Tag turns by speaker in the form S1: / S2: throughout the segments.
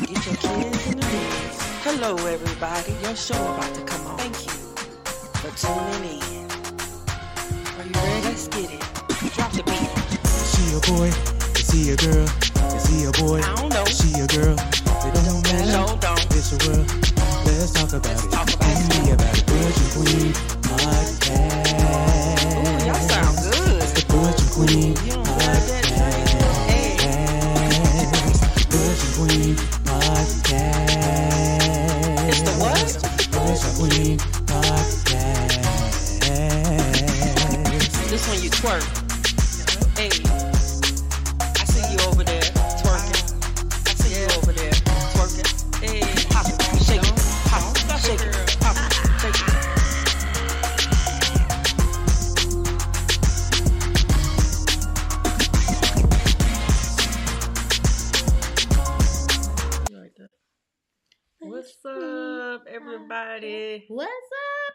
S1: get your kids in the mix. Hello, everybody. Your show about to come on. Thank you for tuning in. Are you ready? Let's get it. Drop the beat.
S2: Is she a boy? Is he a girl? Is he a boy?
S1: I don't know.
S2: Is she a girl? It don't matter.
S1: No, don't.
S2: It's a world. Let's talk about
S1: Let's
S2: it.
S1: talk about it.
S2: Only about it. Virgin Queen podcast.
S1: Ooh, y'all sound good.
S2: The Virgin Queen
S1: You don't like that drink? Hey,
S2: podcast. Virgin Queen podcast.
S1: it's the what?
S2: Virgin Queen podcast.
S1: This one you twerk. Hey, I see you over there twerking. I see you over there twerking. Hey, pop it, shake it, pop it, shake it, pop it, shake it.
S3: like that. What's up, everybody?
S4: What's up,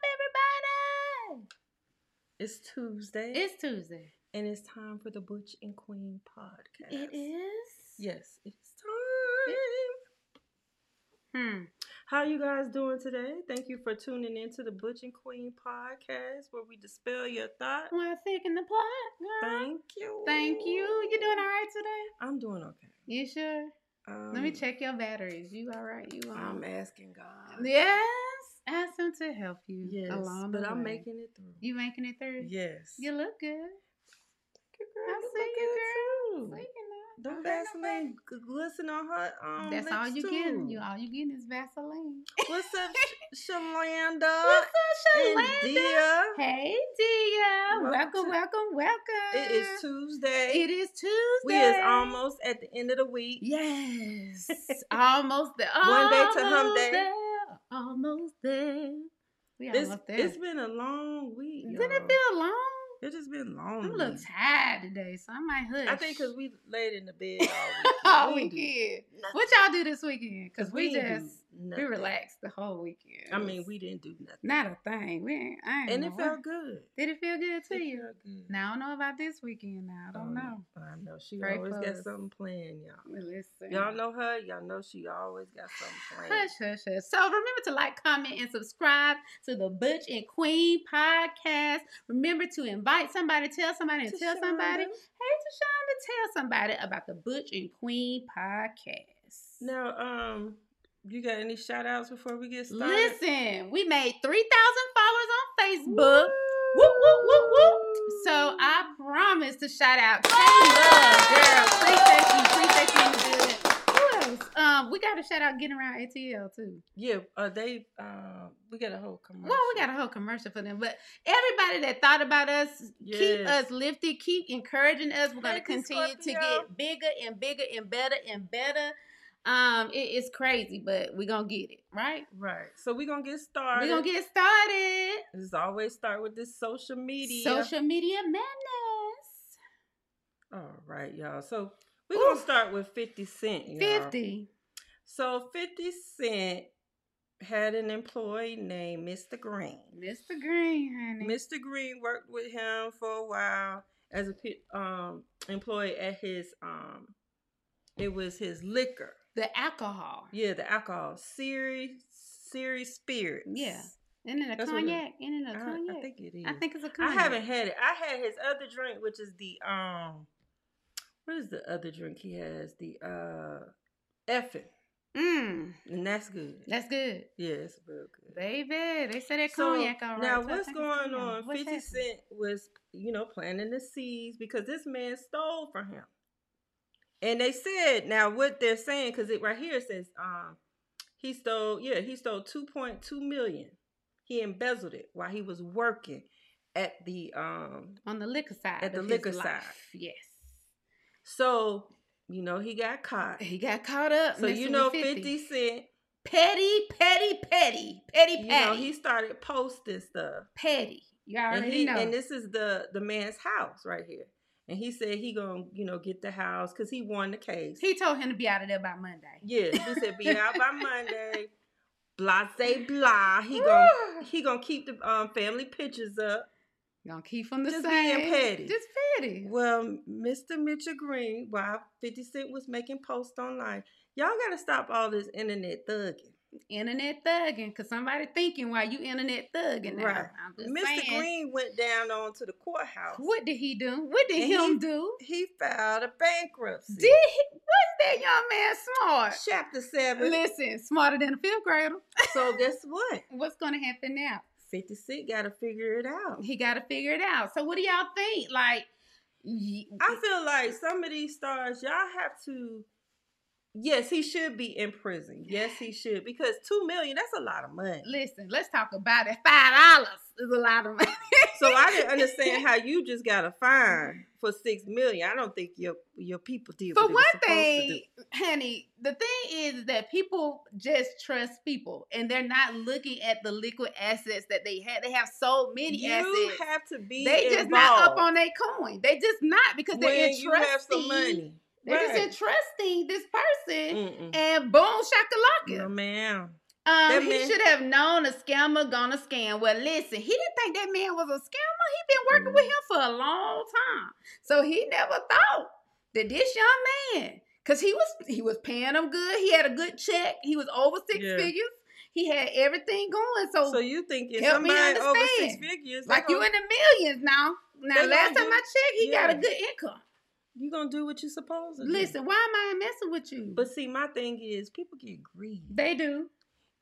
S3: It's Tuesday,
S4: everybody? It's Tuesday.
S3: and it's time for the Butch and Queen podcast.
S4: It is.
S3: Yes, it's time.
S4: Hmm.
S3: How you guys doing today? Thank you for tuning in to the Butch and Queen podcast, where we dispel your thoughts.
S4: We're thick in the plot. girl.
S3: Thank you.
S4: Thank you. You doing all right today?
S3: I'm doing okay.
S4: You sure?
S3: Um,
S4: Let me check your batteries. You all right? You all?
S3: I'm asking God.
S4: Yes. Ask him to help you.
S3: Yes,
S4: Along
S3: but
S4: the
S3: I'm
S4: way.
S3: making it through.
S4: You making it through?
S3: Yes.
S4: You look good.
S3: girl,
S4: I
S3: you
S4: see
S3: look
S4: you,
S3: good,
S4: Sleeping
S3: too.
S4: now.
S3: The
S4: All right, all right.
S3: Vaseline g- glisten on her um,
S4: That's all
S3: lips,
S4: you
S3: too.
S4: getting. You all you getting is Vaseline.
S3: What's up, Sh- Shalanda
S4: What's
S3: and
S4: up, Shalanda?
S3: Dia?
S4: Hey, Dia.
S3: Welcome
S4: Welcome,
S3: to-
S4: welcome, welcome.
S3: It is Tuesday.
S4: It is Tuesday.
S3: We is almost at the end of the week.
S4: Yes. almost there.
S3: One day to hump
S4: Almost
S3: day.
S4: there. Almost there. We
S3: This-
S4: almost there.
S3: it's been a long week.
S4: Didn't it
S3: y'all.
S4: feel long?
S3: It's just been long.
S4: I'm a little
S3: week.
S4: tired today, so I might hush.
S3: I think because we laid in the bed all
S4: all
S3: weekend.
S4: weekend.
S3: We didn't do nothing.
S4: What y'all do this weekend? Because we,
S3: didn't do
S4: just we
S3: nothing.
S4: relaxed the whole weekend.
S3: I
S4: It
S3: mean,
S4: was
S3: we didn't do nothing.
S4: not a thing. We ain't, I ain't
S3: and
S4: know
S3: it
S4: why.
S3: felt good.
S4: Did it feel good to
S3: It
S4: you?
S3: felt Oh. good.
S4: Now I don't know about this weekend. Now I don't know.
S3: I know she
S4: Pray
S3: always
S4: for
S3: got
S4: us.
S3: something planned, y'all.
S4: Listen.
S3: Y'all know her. Y'all know she always got something planned.
S4: Hush, hush, hush. So remember to like, comment, and subscribe to the Butch and Queen podcast. Remember to invite somebody, tell somebody, and tell somebody. Hey,
S3: Tashonda.
S4: Tashonda, tell somebody about the Butch and Queen podcast.
S3: Now, um, you got any shout outs before we get started?
S4: Listen, we made 3,000 followers on Facebook. Whoop, whoop, whoop, whoop. So I promise to shout out K Love, girl. Appreciate you. Appreciate you. you. Good. Who else? Um, we got to shout out Getting Around ATL, too.
S3: Yeah, uh, they uh, we got a whole commercial.
S4: Well, we got a whole commercial for them, but everybody that thought about us, keep
S3: Yes.
S4: us lifted, keep encouraging us. We're going to
S3: Thank you,
S4: continue to
S3: Scorpio.
S4: get bigger and bigger and better and better. Um, it is crazy, but we're gonna get it right.
S3: right. So we're gonna get
S4: We're
S3: started.
S4: gonna get started.
S3: Let's always start with this social media.
S4: Social media madness.
S3: All right, y'all. So we're gonna
S4: Oof.
S3: start with Fifty Cent. y'all.
S4: Fifty.
S3: So Fifty Cent had an employee named Mr. Green.
S4: Mr. Green, honey.
S3: Mr. Green worked with him for a while as a pe- um, employee at his um, it was his liquor.
S4: the alcohol.
S3: Yeah, the alcohol. Siri, Siri Spirits.
S4: Yeah. And then a
S3: That's what it-
S4: cognac. And
S3: I,
S4: then a
S3: I
S4: cognac.
S3: think it is.
S4: I think it's a
S3: I
S4: cognac.
S3: haven't had it. I had his other drink, which is the um, what is the other drink he has? The uh, effing,
S4: Mm,
S3: and that's good.
S4: that's good.
S3: yeah, it's real good.
S4: Baby, they said that
S3: So,
S4: cognac all right. so
S3: now
S4: I
S3: what's
S4: think it's
S3: going
S4: cognac.
S3: on?
S4: What's
S3: Fifty
S4: happening?
S3: Cent was, you know, planting the seeds because this man stole from him, and they said now what they're saying because it right here says um, he stole yeah he stole two point two million, he embezzled it while he was working at the um
S4: On the liquor side.
S3: At the
S4: of
S3: liquor
S4: his
S3: side.
S4: life, Yes.
S3: so you know he got caught.
S4: He got caught up.
S3: So you
S4: messing
S3: know,
S4: with 50.
S3: Fifty Cent,
S4: Petty, petty, petty. Petty,
S3: you know,
S4: petty.
S3: he started posting stuff,
S4: petty. You already
S3: and he
S4: know.
S3: and this is the the man's house right here, and he said he gonna you know get the house because he won the case.
S4: he told him to be out of there by Monday.
S3: yeah, he said be out by Monday. Blase blah. He gonna he gonna keep the um, family pictures up.
S4: Gonna keep him the
S3: Just being
S4: same.
S3: petty.
S4: Just petty.
S3: Well, Mr. Mitchell Green, while 50 Cent was making posts online, Y'all gotta stop all this internet thugging.
S4: Internet thugging, because somebody thinking why you internet thugging now.
S3: Right.
S4: I'm just
S3: Mr.
S4: saying.
S3: Green went down on to the courthouse.
S4: What did he do? What did
S3: And he-
S4: him do?
S3: He filed a bankruptcy.
S4: Did he? Was that young man smart?
S3: Chapter seven.
S4: Listen, smarter than a fifth grader.
S3: so guess what?
S4: What's gonna happen now?
S3: Fifty six gotta figure it out.
S4: He got to figure it out. So what do y'all think? Like, y-
S3: I feel like some of these stars, y'all have to. Yes, he should be in prison. Yes, he should because two million—that's a lot of money.
S4: listen, let's talk about it. Five dollars is a lot of money.
S3: So I didn't understand how you just got a fine for six million. I don't think your your people did.
S4: For
S3: what they were
S4: one
S3: supposed to do.
S4: thing, honey, the thing is that people just trust people, and they're not looking at the liquid assets that they had. They have so many
S3: you
S4: assets.
S3: have to be.
S4: they just not up on their coin. They just not because they're
S3: when
S4: in
S3: you have
S4: trusting.
S3: some money.
S4: They're
S3: Right. Mm.
S4: just entrusting this person,
S3: Mm-mm.
S4: and boom, shakalaka.
S3: No, ma'am.
S4: Um,
S3: That
S4: he
S3: man-
S4: should have known a scammer gonna scam. Well, listen, he didn't think that man was a scammer. He been working with him for a long time, so he never thought that this young man, because he was he was paying him good. He had a good check. He was over six
S3: Yeah.
S4: figures. He had everything going. So,
S3: So you thinking
S4: help me
S3: somebody over six
S4: understand.
S3: figures?
S4: like you in the millions now. Now,
S3: They
S4: last
S3: gonna
S4: time
S3: do-
S4: I checked, he got a
S3: yeah.
S4: good income.
S3: you gonna do what you supposed to? do.
S4: Listen, why am I messing with you?
S3: But see, my thing is, people get greedy.
S4: they do.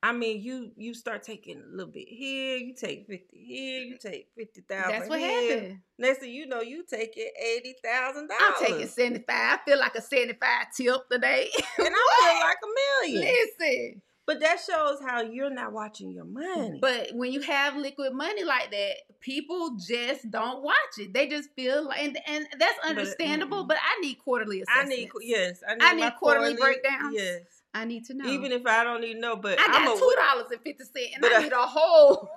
S3: I mean, you you start taking a little bit here, you take fifty here, you take fifty thousand.
S4: That's what
S3: here.
S4: happened.
S3: Next thing you know, you taking eighty thousand
S4: I'm
S3: dollars.
S4: taking 75. I feel like a 75 tip today.
S3: and I feel like a million.
S4: Listen.
S3: But that shows how you're not watching your money.
S4: But when you have liquid money like that, people just don't watch it. They just feel like, and, and that's
S3: But, uh,
S4: understandable.
S3: mm-mm.
S4: But, I need quarterly
S3: I
S4: assessments.
S3: need yes, I need,
S4: I
S3: my
S4: need quarterly breakdowns.
S3: Yes,
S4: I need to know.
S3: even if I don't even know, but
S4: I
S3: I'm a
S4: got two dollars and fifty cent, and
S3: but
S4: I
S3: I-
S4: need a whole.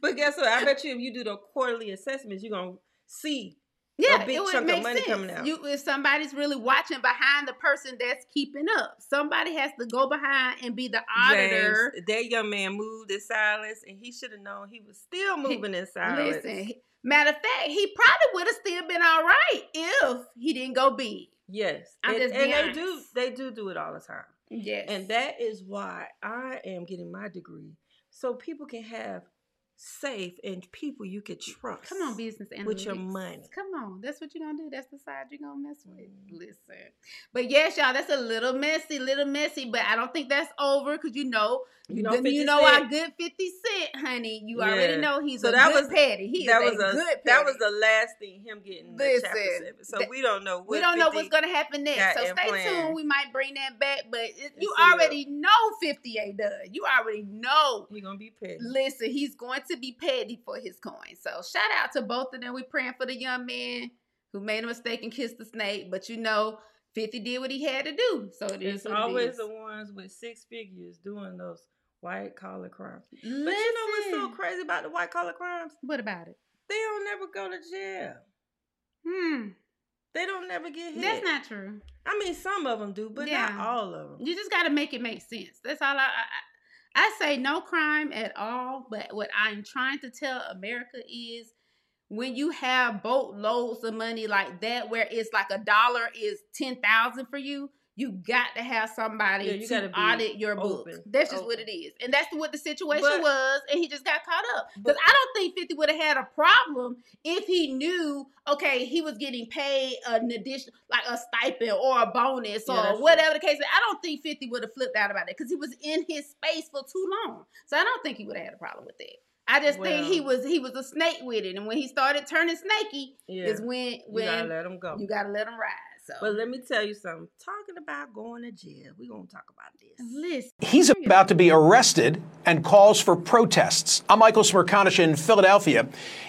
S3: But guess what? I bet you if you do the quarterly assessments, you're gonna see.
S4: Yeah,
S3: big
S4: it would
S3: chunk of
S4: make
S3: money
S4: sense.
S3: coming out.
S4: You, if somebody's really watching behind the person that's keeping up, somebody has to go behind and be the auditor.
S3: James, that young man moved in silence, and he should have known he was still moving in silence.
S4: Listen, he- matter of fact, he probably would have still been all right if he didn't go big.
S3: yes,
S4: I'm
S3: and,
S4: just
S3: and
S4: being
S3: they do
S4: honest.
S3: they do do it all the time,
S4: Yes,
S3: and that is why I am getting my degree so people can have safe and people you can trust.
S4: Come on, business analytics.
S3: with your money. Mm.
S4: Come on, that's what you're gonna do. That's the side you're gonna mess with. Listen, but yes, y'all, that's a little messy, little messy. But I don't think that's over because you know,
S3: You know,
S4: the-
S3: 50
S4: you know,
S3: Cent.
S4: our good Fifty Cent, honey. You
S3: Yeah.
S4: already know he's
S3: So
S4: a
S3: that
S4: good
S3: was-
S4: petty. He
S3: that
S4: is
S3: was
S4: a,
S3: a
S4: good.
S3: that was
S4: petty.
S3: the last thing him getting the chapter
S4: Listen,
S3: seven. So
S4: that-
S3: we don't know. What
S4: We don't know what's
S3: 50
S4: gonna happen next,
S3: got
S4: so
S3: in
S4: stay
S3: plan.
S4: tuned. We might bring that back, but it, you
S3: see what-
S4: already know 50 ain't done. You already know
S3: He gonna be petty.
S4: Listen, he's going to be petty for his coin. So shout out to both of them. We praying for the young man who made a mistake and kissed the snake, but you know, 50 did what he had to do. So it is
S3: It's
S4: what it
S3: always
S4: is.
S3: the ones with six figures doing those white collar crimes.
S4: Listen,
S3: But you know what's so crazy about the white collar crimes?
S4: What about it?
S3: They don't never go to jail.
S4: Hmm.
S3: They don't never get hit.
S4: That's not true.
S3: I mean, some of them do, but
S4: Yeah.
S3: not all of them.
S4: um, You just got to make it make sense. That's all I, I I- I say no crime at all, but what I'm trying to tell America is when you have boatloads of money like that where it's like a dollar is 10,000 for you, you got to have somebody
S3: Yeah, you
S4: to
S3: gotta be
S4: audit your book.
S3: open,
S4: That's just what
S3: open.
S4: it is. And that's what the situation
S3: But-
S4: was and he just got caught up. Cuz
S3: But-
S4: I don't think 50 would have had a problem if he knew okay, he was getting paid an additional like a stipend or a bonus
S3: Yeah, that's
S4: or
S3: true.
S4: whatever the case may- I don't think 50 would have flipped out about that because he was in his space for too long. So I don't think he would have had a problem with that. I just think he was he was a snake with it. And when he started turning snaky
S3: Yeah,
S4: is when
S3: you
S4: when
S3: gotta let them go.
S4: you gotta let him ride. So
S3: but let me tell you something. Talking about going to jail, we gonna talk about this.
S4: listen.
S5: He's about to be arrested and calls for protests. I'm Michael Smirkanish in Philadelphia.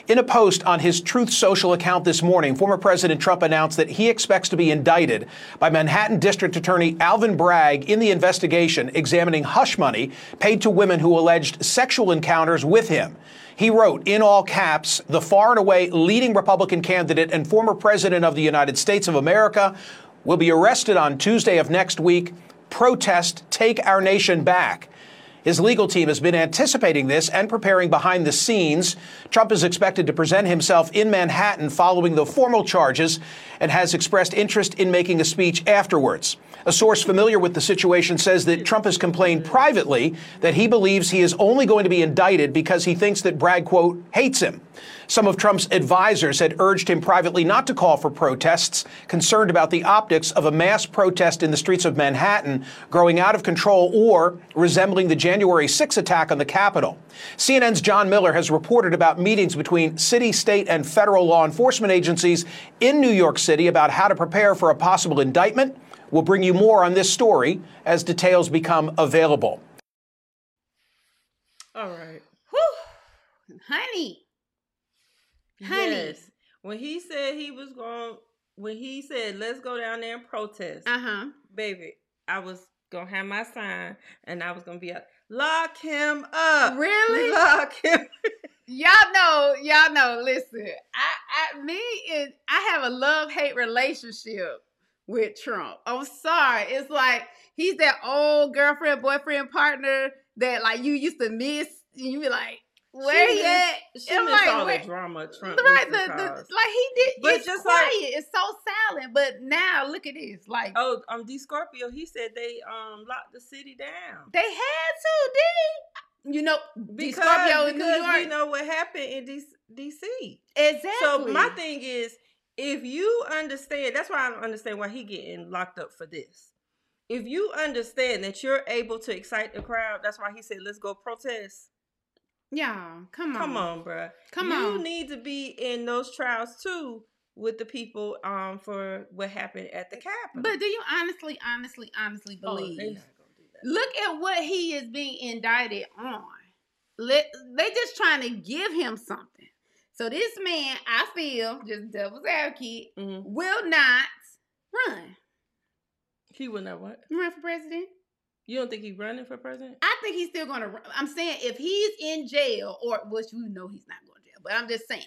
S5: In a post on his Truth Social account this morning, former President Trump announced that he expects to be indicted by Manhattan District Attorney Alvin Bragg in the investigation examining hush money paid to women who alleged sexual encounters with him. He wrote, in all caps, the far and away leading Republican candidate and former President of the United States of America will be arrested on Tuesday of next week protest Take Our Nation Back. His legal team has been anticipating this and preparing behind the scenes. Trump is expected to present himself in Manhattan following the formal charges and has expressed interest in making a speech afterwards. A source familiar with the situation says that Trump has complained privately that he believes he is only going to be indicted because he thinks that Bragg, quote, hates him. Some of Trump's advisors had urged him privately not to call for protests, concerned about the optics of a mass protest in the streets of Manhattan growing out of control or resembling the January 6 attack on the Capitol. CNN's John Miller has reported about meetings between city, state, and federal law enforcement agencies in New York City about how to prepare for a possible indictment. We'll bring you more on this story as details become available.
S3: All right.
S4: Whew. Honey. Honey.
S3: Yes. When he said he was going, when he said, let's go down there and protest,
S4: Uh-huh.
S3: baby, I was going to have my sign and I was going to be up. Lock him up.
S4: Really?
S3: Lock him.
S4: Y'all know, y'all know, listen. I I me and I have a love-hate relationship with Trump. I'm sorry. It's like he's that old girlfriend, boyfriend, partner that like you used to miss and you be like, where
S3: She
S4: he
S3: miss-
S4: at?
S3: She
S4: I'm
S3: missed
S4: like,
S3: all
S4: wait,
S3: the drama Trump
S4: Right,
S3: used to
S4: the, the,
S3: cause.
S4: like he did.
S3: But
S4: it's
S3: just like-
S4: quiet. it's so silent. But now look at this. Like
S3: Oh, um, D Scorpio, he said they um locked the city down
S4: they had to, did he? You know,
S3: because,
S4: Scorpio in New
S3: because we
S4: York.
S3: know what happened in D- DC.
S4: exactly.
S3: So my thing is, if you understand, that's why I don't understand why he getting locked up for this. If you understand that you're able to excite the crowd, that's why he said, "Let's go protest."
S4: y'all, come on,
S3: Come on, bruh.
S4: come
S3: you
S4: on.
S3: need to be in those trials too with the people um for what happened at the Capitol.
S4: But do you honestly, honestly, honestly
S3: Oh, they
S4: believe?
S3: not gonna do that.
S4: Look at what he is being indicted on. Let, they just trying to give him something. So this man, I feel, just devil's advocate,
S3: Mhm.
S4: will not run.
S3: He would not what?
S4: Run for president.
S3: You don't think he's running for president?
S4: I think he's still going to. I'm saying if he's in jail, or which you know he's not going to jail, but I'm just saying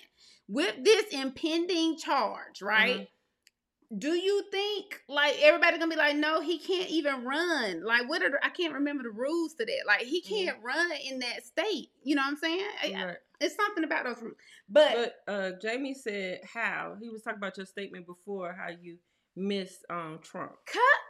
S4: with this impending charge, right?
S3: Mm-hmm.
S4: Do you think like everybody gonna be like, no, he can't even run? Like, what are the, I can't remember the rules to that. Like, he
S3: Mhm.
S4: can't run in that state. You know what I'm saying? I- I-
S3: Right.
S4: It's something about those rules. But,
S3: Mm-hmm. But uh, Jamie said how he was talking about your statement before how you miss um Trump.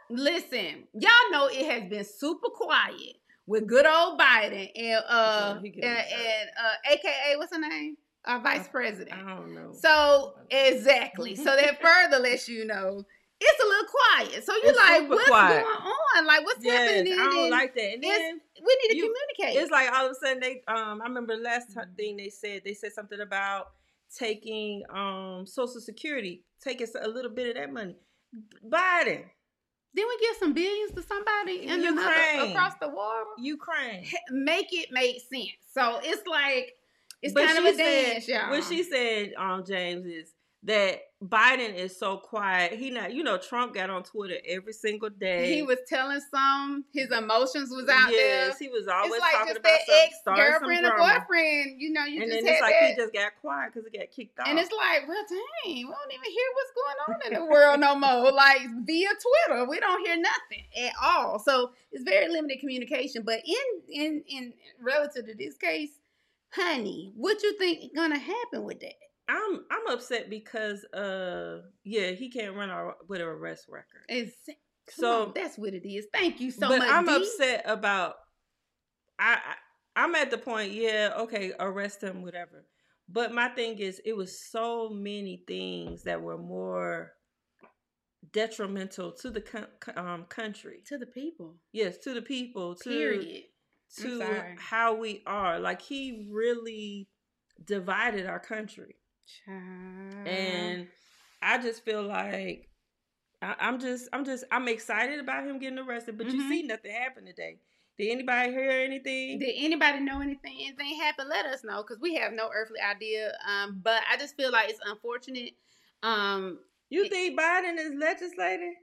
S4: listen, y'all know it has been super quiet with good old Biden and uh
S3: Yeah, he
S4: and,
S3: getting hurt.
S4: and uh AKA what's her name? Our vice
S3: I-
S4: president.
S3: I don't know.
S4: So exactly. So that further lets you know it's a little quiet. So you're
S3: It's
S4: like,
S3: super
S4: what's
S3: quiet.
S4: going on? Like what's
S3: yes,
S4: happening?
S3: I don't
S4: And
S3: like that. And
S4: it's-
S3: then
S4: we need to
S3: you-
S4: communicate.
S3: it's like all of a sudden they um I remember last ti-
S4: Mm-hmm.
S3: thing they said they said something about taking um Social Security, taking a little bit of that money. Biden,
S4: Then we give some billions to somebody in another-
S3: Ukraine.
S4: across the water.
S3: Ukraine.
S4: He- Make it make sense. So it's like it's
S3: But
S4: kind of
S3: she
S4: a dance,
S3: said,
S4: y'all.
S3: What she said, um, James, is that Biden is so quiet. He not, you know, Trump got on Twitter every single day.
S4: he was telling some his emotions was out there.
S3: yes, he was always
S4: It's like
S3: talking
S4: just
S3: about
S4: that
S3: something,
S4: ex
S3: starting some
S4: girlfriend or
S3: drama.
S4: boyfriend. You know, you
S3: And
S4: just
S3: then
S4: had
S3: it's like
S4: that.
S3: he just got quiet because he got kicked off.
S4: And it's like, well, dang, we don't even hear what's going on in the world no more. Like via Twitter, we don't hear nothing at all. So it's very limited communication. But in in in relative to this case, honey, what you think gonna happen with that?
S3: I'm I'm upset because uh yeah he can't run a, with an arrest record.
S4: It's, so
S3: So
S4: that's what it is. Thank you so
S3: but
S4: much.
S3: I'm
S4: Dee.
S3: upset about I, I I'm at the point, yeah, okay, arrest him, whatever. But my thing is it was so many things that were more detrimental to the co- co- um, country.
S4: to the people.
S3: Yes, to the people, to
S4: Period. I'm
S3: to
S4: sorry.
S3: how we are. Like he really divided our country.
S4: Child.
S3: and I just feel like I, I'm just I'm just I'm excited about him getting arrested, but
S4: Mhm.
S3: you see nothing happen today. Did anybody hear anything?
S4: Did anybody know anything? Anything happened? Let us know because we have no earthly idea. Um, but I just feel like it's unfortunate. Um,
S3: you think Biden is legislating?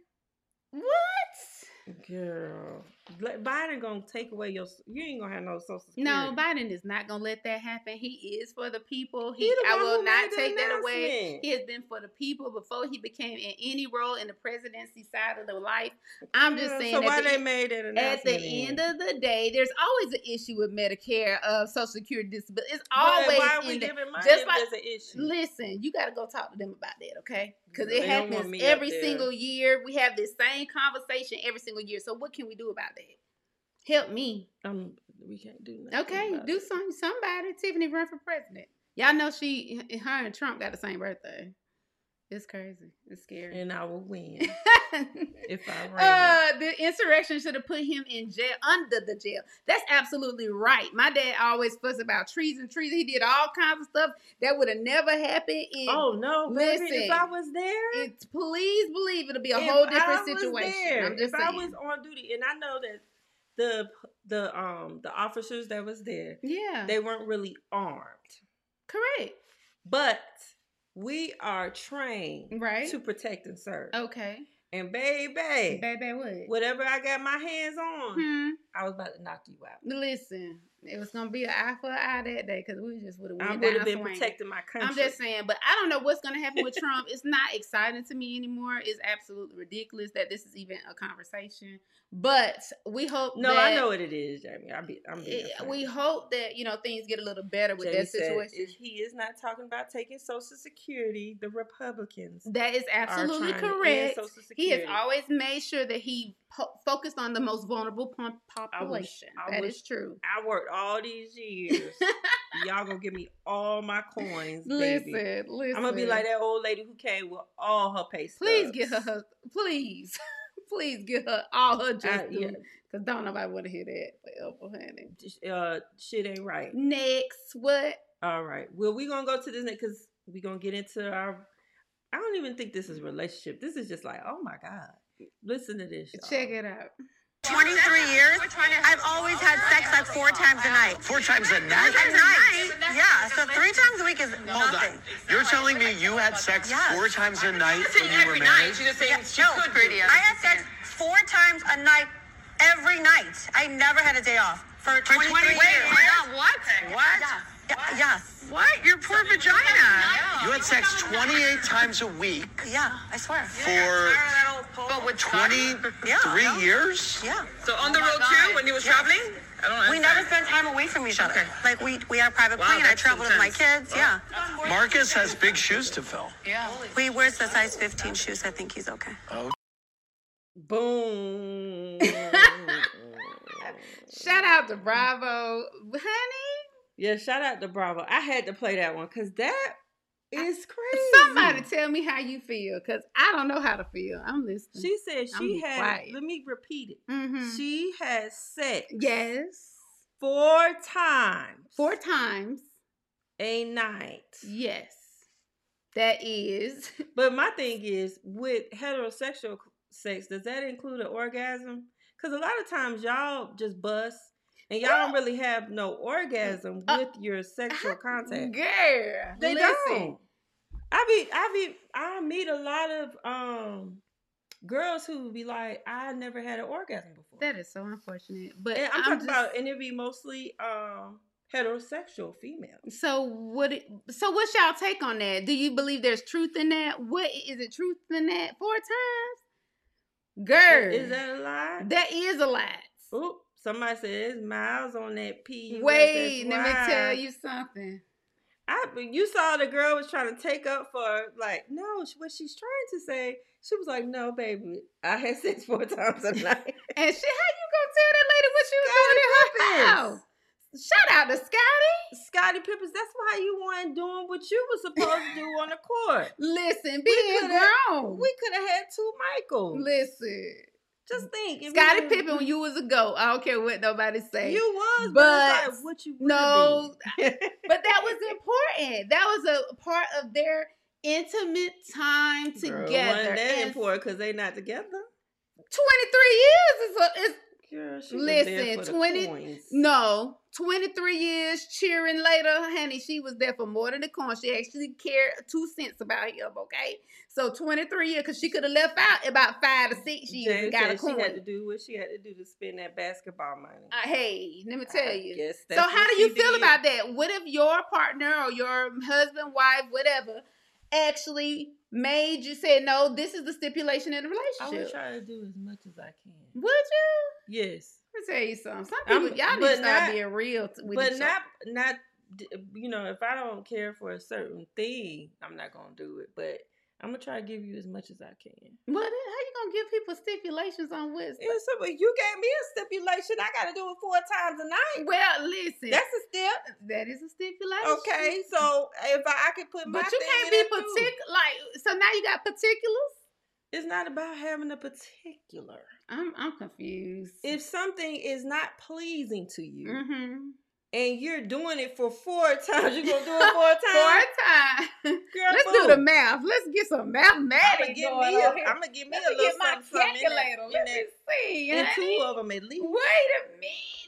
S4: what?
S3: Girl, Let- Biden gonna take away your. s- You ain't gonna have no social security.
S4: No, Biden is not gonna let that happen. He is for the people. He,
S3: He the
S4: I
S3: one
S4: will
S3: who
S4: not
S3: made the
S4: take that away.
S3: announcement.
S4: He has been for the people before he became in any role in the presidency side of the life. I'm just
S3: Yeah,
S4: saying.
S3: So
S4: at
S3: why
S4: the
S3: they
S4: end-
S3: made that announcement?
S4: at the end of the day, there's always an issue with Medicare, uh, Social Security, disability. It's always
S3: why are we
S4: in the-
S3: giving money
S4: just
S3: if
S4: like-
S3: there's an issue?
S4: Listen, you got to go talk to them about that, okay? Because
S3: Girl,
S4: it
S3: they don't want
S4: happens
S3: me up
S4: every
S3: there.
S4: single year. We have this same conversation every single year. So what can we do about that? Help me,
S3: Um, we can't do nothing.
S4: okay?
S3: about
S4: Do
S3: it.
S4: some somebody. Tiffany run for president. Y'all know she, her and Trump got the same birthday. It's crazy. It's scary.
S3: and I will win if I ran.
S4: Uh, the insurrection should have put him in jail under the jail. That's absolutely right. My dad always fussed about trees and trees. He did all kinds of stuff that would have never happened. in
S3: oh no, baby! If I
S4: listen,
S3: was there,
S4: it's please believe it'll be a
S3: if
S4: whole
S3: I
S4: different
S3: was
S4: situation.
S3: there,
S4: I'm just
S3: if
S4: saying.
S3: I was on duty, and I know that the the um the officers that was there,
S4: yeah,
S3: they weren't really armed,
S4: correct.
S3: but we are trained
S4: Right. Oh.
S3: to protect and serve.
S4: Okay.
S3: And baby,
S4: Baby, what?
S3: whatever I got my hands on,
S4: Hmm.
S3: I was about to knock you out.
S4: Listen, it was gonna be an eye for an eye that day because we just would have
S3: I
S4: went
S3: would
S4: down
S3: have been
S4: swinging.
S3: protecting my country.
S4: I'm just saying, but I don't know what's gonna happen with Trump. It's not exciting to me anymore. It's absolutely ridiculous that this is even a conversation. But we hope.
S3: No,
S4: that
S3: I know what it is, Jamie. I be, I'm being
S4: it-
S3: funny.
S4: we hope that you know things get a little better with
S3: Jamie
S4: that
S3: said,
S4: situation.
S3: "If he is not talking about taking Social Security. The Republicans
S4: that is
S3: are
S4: absolutely
S3: trying to end
S4: correct.
S3: Social
S4: He has
S3: Security.
S4: always made sure that he po- focused on the most vulnerable po- population.
S3: I
S4: That
S3: wish-
S4: is true.
S3: I worked all these years. Y'all gonna give me all my coins, baby.
S4: listen, listen.
S3: I'm gonna be like that old lady who came with all her pay stubs.
S4: Please get her, her please, please get her all her just
S3: I,
S4: due.
S3: yeah,
S4: Cause don't nobody want to hear that forever, honey.
S3: sh- uh, shit ain't right.
S4: Next, what?
S3: All right. Well, we're gonna go to this next because we're gonna get into our. I don't even think this is relationship. This is just like, oh my god. Listen to this. y'all.
S4: Check it out.
S6: 23 years. I've always had sex like four times a night.
S7: Four times a
S6: Four
S7: night?
S6: times a night? Yeah. So three times a week is
S7: Hold
S6: nothing.
S7: on. You're telling me you had sex
S6: Yes.
S7: four times a night when you were married?
S6: Yeah, no, I had sex four times a night every night. I never had a day off for 23 years.
S8: what?
S6: What? Yeah, Yes.
S8: What? Your poor vagina.
S7: You had sex 28 times a week
S6: Yeah, I swear.
S7: for
S8: But with Oh
S7: 23 years?
S6: Yeah.
S8: So on the road too, when he was traveling? I don't know.
S6: We never spend time away from each other. Like we we had a private
S8: Wow,
S6: plane. I
S8: that's
S6: traveled with my
S8: intense.
S6: kids. Yeah.
S7: Marcus has big shoes to fill.
S6: He wears the size 15 shoes. I think he's okay.
S3: Boom.
S4: Shout out to Bravo, honey.
S3: yeah. Shout out to Bravo. I had to play that one because that is crazy.
S4: Somebody
S3: Mm-hmm.
S4: tell me how you feel, cause I don't know how to feel. I'm listening.
S3: She said
S4: I'm
S3: she had.
S4: quiet.
S3: Let me repeat it.
S4: Mhm.
S3: She had sex.
S4: yes,
S3: Four times.
S4: four times.
S3: A night.
S4: Yes. That is.
S3: But my thing is with heterosexual sex, does that include an orgasm? Because a lot of times y'all just bust and y'all don't really have no orgasm
S4: Uh,
S3: with your sexual contact.
S4: Girl.
S3: They
S4: listen.
S3: don't. I be I be I meet a lot of um girls who be like, I never had an orgasm before.
S4: That is so unfortunate. But
S3: and I'm,
S4: I'm,
S3: talking
S4: just,
S3: about and it be mostly um heterosexual females.
S4: so what it- so what's y'all take on that? Do you believe there's truth in that? What is it truth in that four times? Girl.
S3: Is that a lie?
S4: that is a lot.
S3: Oop, somebody said there's miles on that P.
S4: Wait, let me tell you something.
S3: I you saw the girl was trying to take up for like no she- what she's trying to say she was like no baby I had sex four times a night
S4: And she how you gonna tell that lady what she was doing in her house? Shout out to Scotty.
S3: Scotty Pippins that's why you weren't doing what you was supposed to do on the court
S4: Listen, being
S3: coulda-
S4: grown.
S3: we could have had two Michaels
S4: Listen.
S3: just think if
S4: Scottie
S3: you-
S4: Pippen, when you was a goat, I don't care what nobody say.
S3: you was but,
S4: but
S3: it's like, what you
S4: no,
S3: would've been.
S4: but that was important. That was a part of their intimate time together.
S3: Girl, wasn't that
S4: And
S3: important because they not together
S4: 23 years is, a, is
S3: Girl, She was there
S4: Listen,
S3: for the
S4: 20,
S3: coins.
S4: no, 23 years cheering later, honey, she was there for more than the coin. She actually cared two cents about him, okay? So 23 years, because she could have left out about five to six years
S3: Jane
S4: and got a
S3: said she
S4: coin.
S3: had to do what she had to do to spend that basketball money.
S4: Uh, hey, let me
S3: I
S4: tell you.
S3: guess
S4: So
S3: that's
S4: how
S3: what
S4: do you
S3: she
S4: feel
S3: did.
S4: about that? What if your partner or your husband, wife, whatever, actually made you say, no, this is the stipulation in the
S3: I would
S4: relationship?
S3: try to do as much as I can.
S4: Would you?
S3: Yes,
S4: Let me tell you something. Some
S3: I'm-
S4: people, y'all need
S3: but
S4: to start
S3: not-
S4: being real t- with
S3: but
S4: each
S3: not not d- you know if I don't care for a certain thing, I'm not gonna do it. But I'm gonna try to give you as much as I can.
S4: Other. What? How you gonna give people stipulations on what?
S3: Yeah, so but you gave me a stipulation. I gotta do it four times a night.
S4: Well, listen,
S3: That's a step.
S4: that is a stipulation.
S3: Okay, so if I, I can put my
S4: but you
S3: thing
S4: can't
S3: in
S4: be
S3: it too.
S4: particular. Like, so now you got particulars.
S3: It's not about having a particular.
S4: I'm I'm confused.
S3: If something is not pleasing to you
S4: mm-hmm.
S3: and you're doing it for four times, you're gonna do it four
S4: Four
S3: times.
S4: times.
S3: Girl,
S4: Let's do the
S3: boom.
S4: math. Let's get some
S3: I'ma
S4: mathematics
S3: give
S4: going
S3: me a-
S4: on here.
S3: I'ma give me
S4: Let
S3: a
S4: me
S3: little
S4: get my
S3: something, something in that-
S4: calculator.
S3: in
S4: Let
S3: that-
S4: me see.
S3: and
S4: honey.
S3: two of them at least.
S4: Wait a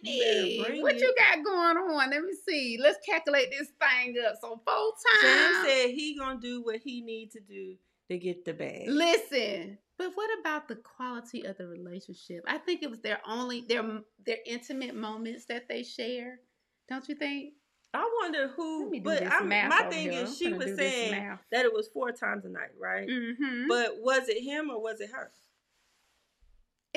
S3: You better
S4: minute.
S3: bring
S4: What you
S3: it.
S4: got going on? Let me see. Let's calculate this thing up. So four
S3: Sam
S4: times.
S3: said he gonna do what he need to do to get the bag.
S4: Listen, but what about the quality of the relationship? I think it was their only their their intimate moments that they share. Don't you think?
S3: I wonder
S4: Let
S3: who.
S4: me do
S3: But
S4: this
S3: I'm,
S4: math
S3: my
S4: over
S3: thing
S4: here.
S3: is,
S4: I'm
S3: she
S4: finna do
S3: was
S4: this
S3: saying
S4: math.
S3: that it was four times a night, right?
S4: Mm-hmm.
S3: But was it him or was it her?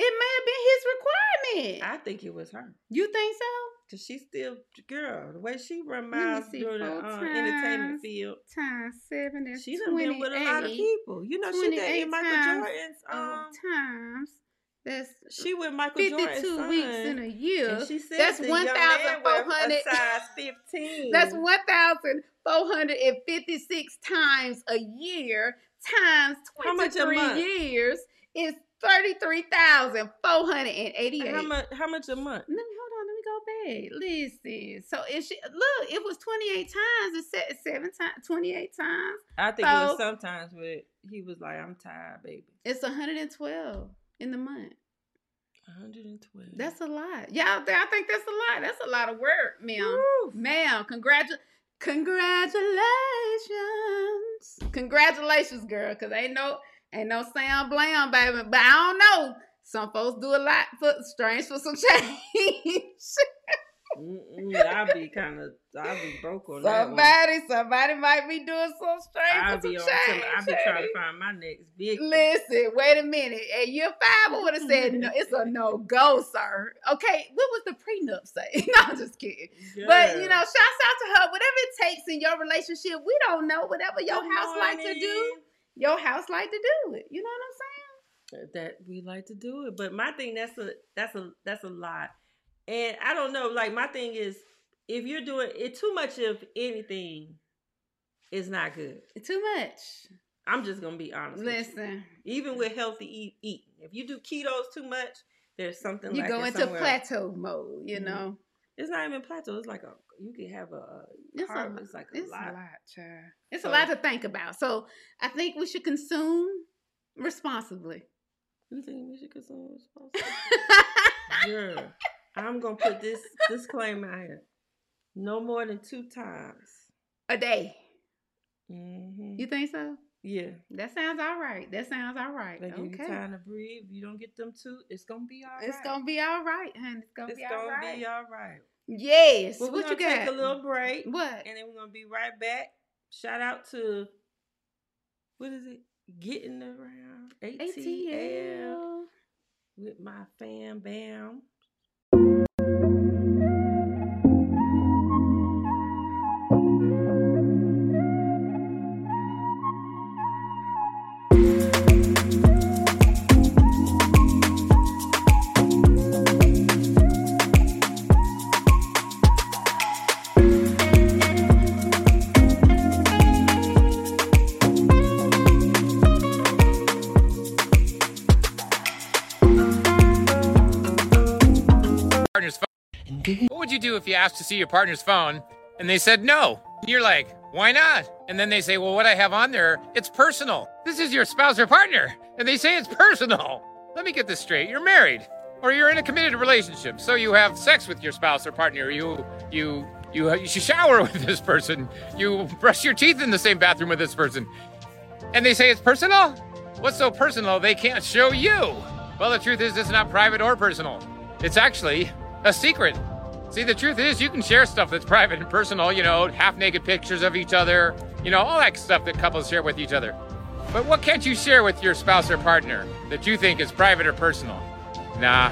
S4: it may have been his requirement.
S3: I think it was her.
S4: you think so?
S3: Cause she's still girl. The way she run
S4: Let me
S3: miles
S4: see,
S3: through the
S4: four
S3: uh,
S4: times
S3: entertainment field,
S4: Times seven is
S3: she done been
S4: twenty-eight.
S3: with a lot of people. You know, she dated
S4: 28
S3: Michael
S4: times.
S3: Jordan's. Um,
S4: Oh, times that's
S3: she with Michael Jordan's
S4: fifty-two
S3: son,
S4: weeks in a year.
S3: and she said
S4: That's
S3: the young man wear a
S4: 1,400
S3: size fifteen.
S4: That's 1,456 times a year times
S3: How much a
S4: 23
S3: month?
S4: years is 33,488.
S3: how much. How much a month?
S4: Let me hold on. Let me go back. Listen. So if she look, it was 28 times. It said seven times, 28 times.
S3: I think it was
S4: So-
S3: sometimes where he was like, "I'm tired, baby."
S4: It's 112 in the month.
S3: 112.
S4: That's a lot. Y'all out there, I think that's a lot. That's a lot of work, ma'am. Ma'am, congratu- congratulations. Congratulations, girl, because ain't no ain't no sound blam, baby. But I don't know. Some folks do a lot for strange for some change.
S3: Mm-mm, I'd be kind of, I'd be broke on that one.
S4: somebody, somebody might be doing some strange
S3: I'd
S4: for some
S3: be on,
S4: change.
S3: tele- I'd be trying
S4: honey.
S3: to find my next big. thing.
S4: Listen, wait a minute. At year five, I would have said no, it's a no go, sir. Okay, what was the prenup say? no, I'm just kidding. But you
S3: Girl.
S4: know, shouts out to her. Whatever it takes in your relationship, we don't know. Whatever your
S3: Good
S4: house like to do,
S3: morning.
S4: your house like to do it. You know what I'm saying?
S3: that we like to do it. But my thing that's a that's a that's a lot. And I don't know, like my thing is if you're doing it too much of anything is not good.
S4: Too much.
S3: I'm just gonna be honest. with you.
S4: Listen,
S3: Even with healthy eat, eating. If you do ketos too much, there's something
S4: you
S3: like
S4: go into
S3: somewhere. else.
S4: plateau mode. You
S3: Mhm.
S4: know,
S3: It's not even plateau, it's like a you can have a uh,
S4: it's a
S3: carb,
S4: lot.
S3: it's like a
S4: It's
S3: lot.
S4: a lot, child. It's a
S3: So-
S4: lot to think about. So I think we should consume responsibly.
S3: You think we should consume responsibly? yeah. I'm gonna put this disclaimer out here. No more than two times.
S4: a day.
S3: hmm
S4: You think so?
S3: Yeah.
S4: That sounds all right. That sounds all right.
S3: They give you
S4: Okay.
S3: time to breathe. You don't get them two, it's gonna be all
S4: It's
S3: right.
S4: gonna be all right, honey. It's gonna
S3: It's
S4: be all
S3: gonna
S4: right.
S3: be all right.
S4: Yes.
S3: Well, we're
S4: what you
S3: gonna
S4: got?
S3: take a little break,
S4: What?
S3: and then we're gonna be right back. Shout out to what is it? Getting around ATL,
S4: ATL.
S3: with my fam bam.
S9: partner's phone. What would you do if you asked to see your partner's phone and they said no? You're like, why not? And then they say, well, what I have on there, it's personal. This is your spouse or partner. And they say it's personal. Let me get this straight. You're married. or you're in a committed relationship. So you have sex with your spouse or partner. You you you you shower with this person. You brush your teeth in the same bathroom with this person. And they say it's personal. What's so personal they can't show you? Well, the truth is it's not private or personal. It's actually a secret. See, the truth is you can share stuff that's private and personal, you know, half-naked pictures of each other, you know, all that stuff that couples share with each other. But what can't you share with your spouse or partner that you think is private or personal? Nah,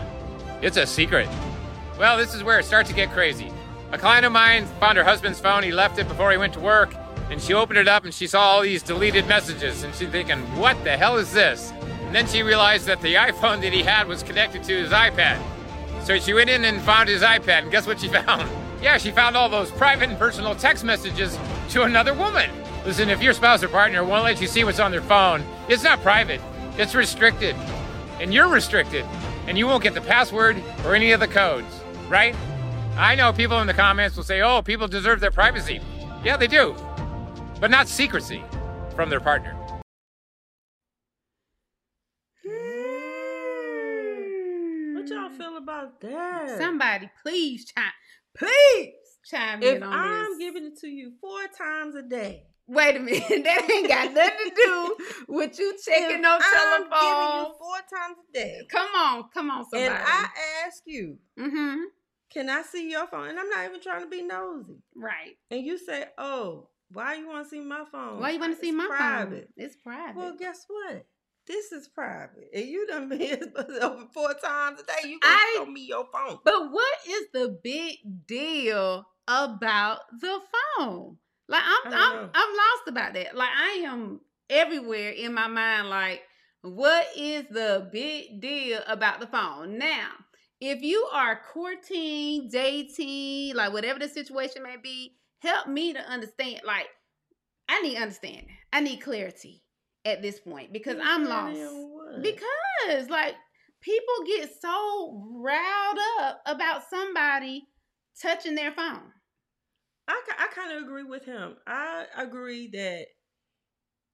S9: it's a secret. Well, this is where it starts to get crazy. A client of mine found her husband's phone. He left it before he went to work, and she opened it up and she saw all these deleted messages, and she's thinking, "What the hell is this?" And then she realized that the iPhone that he had was connected to his iPad. So she went in and found his iPad, and guess what she found? Yeah, she found all those private and personal text messages to another woman. Listen, if your spouse or partner won't let you see what's on their phone, it's not private, it's restricted. And you're restricted, and you won't get the password or any of the codes, right? I know people in the comments will say, oh, people deserve their privacy. Yeah, they do, but not secrecy from their partner.
S3: What y'all feel about that?
S4: Hmm. Somebody, please chime,
S3: please.
S4: chime
S3: If
S4: in on
S3: I'm
S4: this.
S3: giving it to you four times a day,
S4: Wait a minute, that ain't got nothing to do with you
S3: if
S4: checking no
S3: I'm giving
S4: telephone.
S3: you four times a day,
S4: Come on, come on, somebody.
S3: and I ask you,
S4: mm-hmm.
S3: can I see your phone? And I'm not even trying to be nosy.
S4: Right.
S3: And you say, oh, why you want to see my phone?
S4: Why you want to see
S3: Oh, It's
S4: my
S3: private.
S4: phone? It's private.
S3: Well, guess what? This is private, and you done been here over four times a day. You gonna
S4: I-
S3: show me your phone?
S4: But what is the big deal about the phone? Like I'm
S3: I don't
S4: I'm
S3: know.
S4: I'm lost about that. Like I am everywhere in my mind like what is the big deal about the phone? Now, if you are courting, dating, like whatever the situation may be, help me to understand like I need understanding. I need clarity at this point because I'm
S3: Clarity
S4: lost.
S3: on what?
S4: Because like people get so riled up about somebody touching their phone.
S3: I, ki- I kind of agree with him. I agree that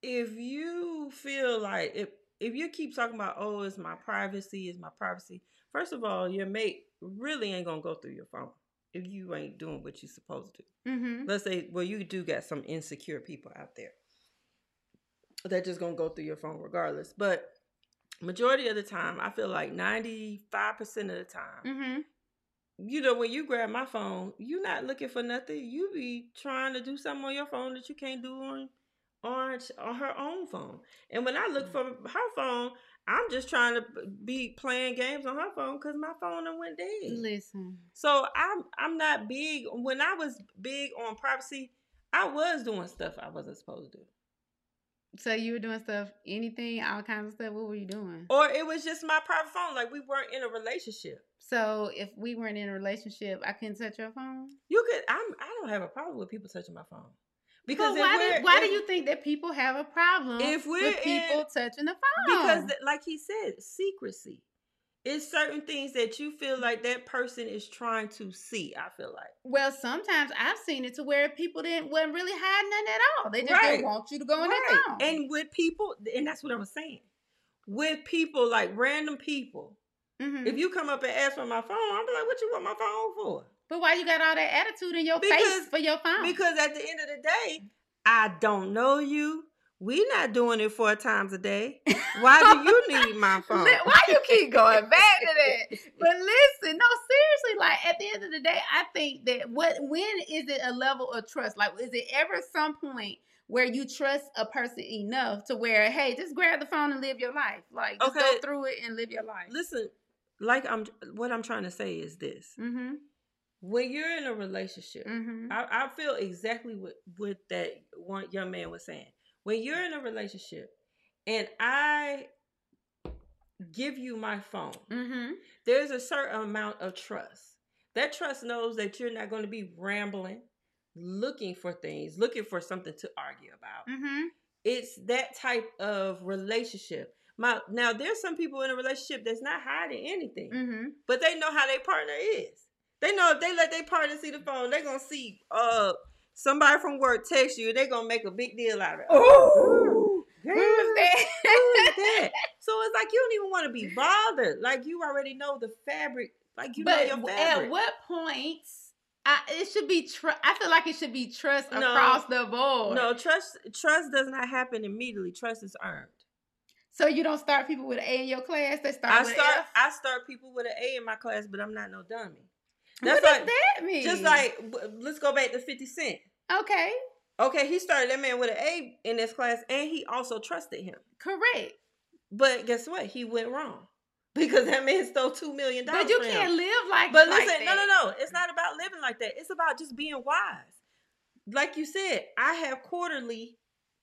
S3: if you feel like if if you keep talking about oh it's my privacy it's my privacy first of all your mate really ain't gonna go through your phone if you ain't doing what you supposed to.
S4: Mm-hmm.
S3: Let's say well you do got some insecure people out there that just gonna go through your phone regardless. But majority of the time I feel like ninety five percent of the time
S4: Mm-hmm.
S3: you know, when you grab my phone, you not looking for nothing. You be trying to do something on your phone that you can't do on on on her own phone. And when I
S4: Mm.
S3: look for her phone, I'm just trying to be playing games on her phone because my phone done went dead.
S4: Listen.
S3: So I'm I'm not big. When I was big on privacy, I was doing stuff I wasn't supposed to do,
S4: So you were doing stuff, anything, all kinds of stuff. What were you doing?
S3: or it was just my private phone. Like we weren't in a relationship.
S4: So if we weren't in a relationship, I couldn't touch your phone.
S3: You could I'm I don't have a problem with people touching my phone
S4: Because
S3: if
S4: why
S3: we're-
S4: do why do
S3: if-
S4: you think that people have a problem
S3: if we're
S4: with people
S3: in-
S4: touching the phone?
S3: because th- like he said secrecy it's certain things that you feel like that person is trying to see i feel like
S4: well, sometimes I've seen it to where people didn't wasn't really hiding nothing at all. They just
S3: Right.
S4: didn't want you to go in
S3: Right.
S4: their phone.
S3: and with people and that's what i was saying with people like random people
S4: Mhm.
S3: if you come up and ask for my phone i'm like what you want my phone for
S4: but why you got all that attitude in your
S3: Because-
S4: face for your phone?
S3: because at the end of the day i don't know you we not doing it four times a day why do you need my phone
S4: Li- Why you keep going back to that? But listen, no, seriously, like at the end of the day, I think that what when is it a level of trust? Like, is it ever some point where you trust a person enough to where, hey, just grab the phone and live your life? Like, just
S3: Okay.
S4: go through it and live your life.
S3: listen like i'm what i'm trying to say is this
S4: Mm-hmm.
S3: when you're in a relationship
S4: Mm-hmm.
S3: I, I feel exactly what, what that one young man was saying. When you're in a relationship and I give you my phone,
S4: Mm-hmm.
S3: there's a certain amount of trust. That trust knows that you're not going to be rambling, looking for things, looking for something to argue about.
S4: Mm-hmm.
S3: It's that type of relationship. My, now, there's some people in a relationship that's not hiding anything
S4: Mm-hmm.
S3: but they know how their partner is. They know if they let their partner see the phone, they're gonna see uh somebody from work text you, they're gonna make a big deal out of it.
S4: Oh, was
S3: Girl,
S4: that?
S3: who is that? So it's like you don't even want to be bothered. Like you already know the fabric. Like you
S4: but
S3: know your
S4: at
S3: fabric.
S4: what point? I, it should be tr- I feel like it should be trust
S3: No.
S4: across the board.
S3: No trust. Trust does not happen immediately. Trust is earned.
S4: So you don't start people with an A in your class. They start
S3: I
S4: with
S3: start.
S4: An F.
S3: I start people with an A in my class, but I'm not no dummy.
S4: What
S3: That's
S4: does
S3: like
S4: that mean?
S3: just like w- let's go back to Fifty Cent.
S4: okay,
S3: Okay, he started that man with an A in this class, and he also trusted him.
S4: correct.
S3: But guess what? He went wrong because that man stole two million dollars.
S4: But you
S3: from him.
S4: can't live like.
S3: But
S4: like
S3: listen, no, no,
S4: that.
S3: no. It's not about living like that. It's about just being wise. Like you said, I have quarterly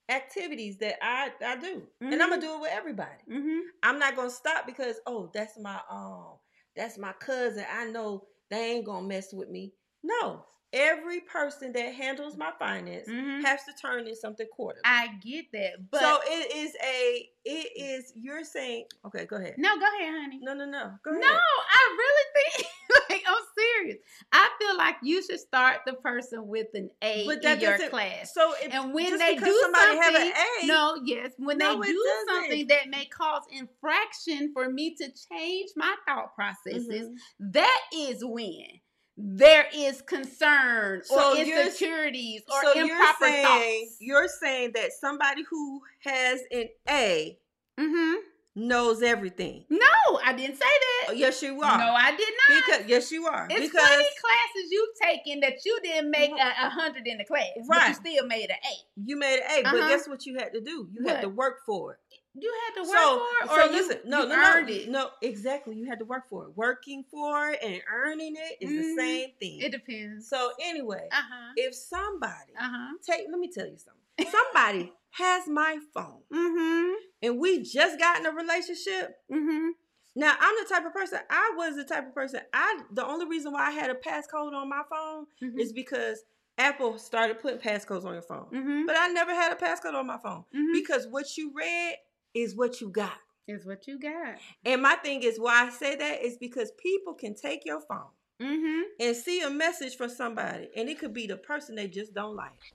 S3: activities that I I do, and
S4: Mm-hmm.
S3: I'm gonna do it with everybody.
S4: Mhm.
S3: I'm not gonna stop because oh, that's my um, that's my cousin. I know they ain't gonna mess with me. No, every person that handles my finance
S4: Mhm.
S3: has to turn in something quarterly.
S4: I get that, but
S3: so it is a it is you're saying okay, go ahead.
S4: no, go ahead, honey.
S3: No, no, no. Go ahead.
S4: No, I really think like I'm serious. I feel like you should start the person with an A
S3: But
S4: in
S3: that
S4: your
S3: doesn't-
S4: class.
S3: So it,
S4: and when
S3: just
S4: they
S3: because
S4: do
S3: somebody have
S4: something,
S3: an A,
S4: no, yes, when
S3: No,
S4: they
S3: it
S4: do
S3: doesn't.
S4: something that may cause infraction for me to change my thought processes,
S3: Mhm.
S4: that is when there is concern
S3: So
S4: or
S3: you're-
S4: insecurities or
S3: Mm-hmm. so you're
S4: improper
S3: saying
S4: thoughts.
S3: you're saying that somebody who has an A
S4: hmm
S3: knows everything.
S4: No, I didn't say that.
S3: Oh, yes, you
S4: no,
S3: are.
S4: I did not.
S3: because yes, you are.
S4: It's
S3: because
S4: funny classes you've taken that you didn't make a, a hundred in the class,
S3: Right.
S4: but you still made an eight.
S3: you made an A, but
S4: Uh-huh.
S3: guess what you had to do? You had to work for it.
S4: You had to work
S3: So,
S4: for it, or
S3: so
S4: you,
S3: listen, no,
S4: you
S3: no,
S4: earned
S3: no,
S4: it.
S3: no, exactly. You had to work for it. Working for it and earning it is
S4: Mhm.
S3: the same thing.
S4: It depends.
S3: so anyway,
S4: Uh huh.
S3: if somebody
S4: Uh huh.
S3: take, let me tell you something. Somebody has my phone,
S4: Mm-hmm.
S3: and we just got in a relationship.
S4: Mm-hmm.
S3: Now I'm the type of person. I was the type of person. I the only reason why I had a passcode on my phone
S4: Mhm.
S3: is because Apple started putting passcodes on your phone.
S4: Mm-hmm.
S3: But I never had a passcode on my phone
S4: Mhm.
S3: because what you read is what you got.
S4: Is what you got.
S3: And my thing is why I say that is because people can take your phone
S4: Mm-hmm.
S3: and see a message from somebody, and it could be the person they just don't like.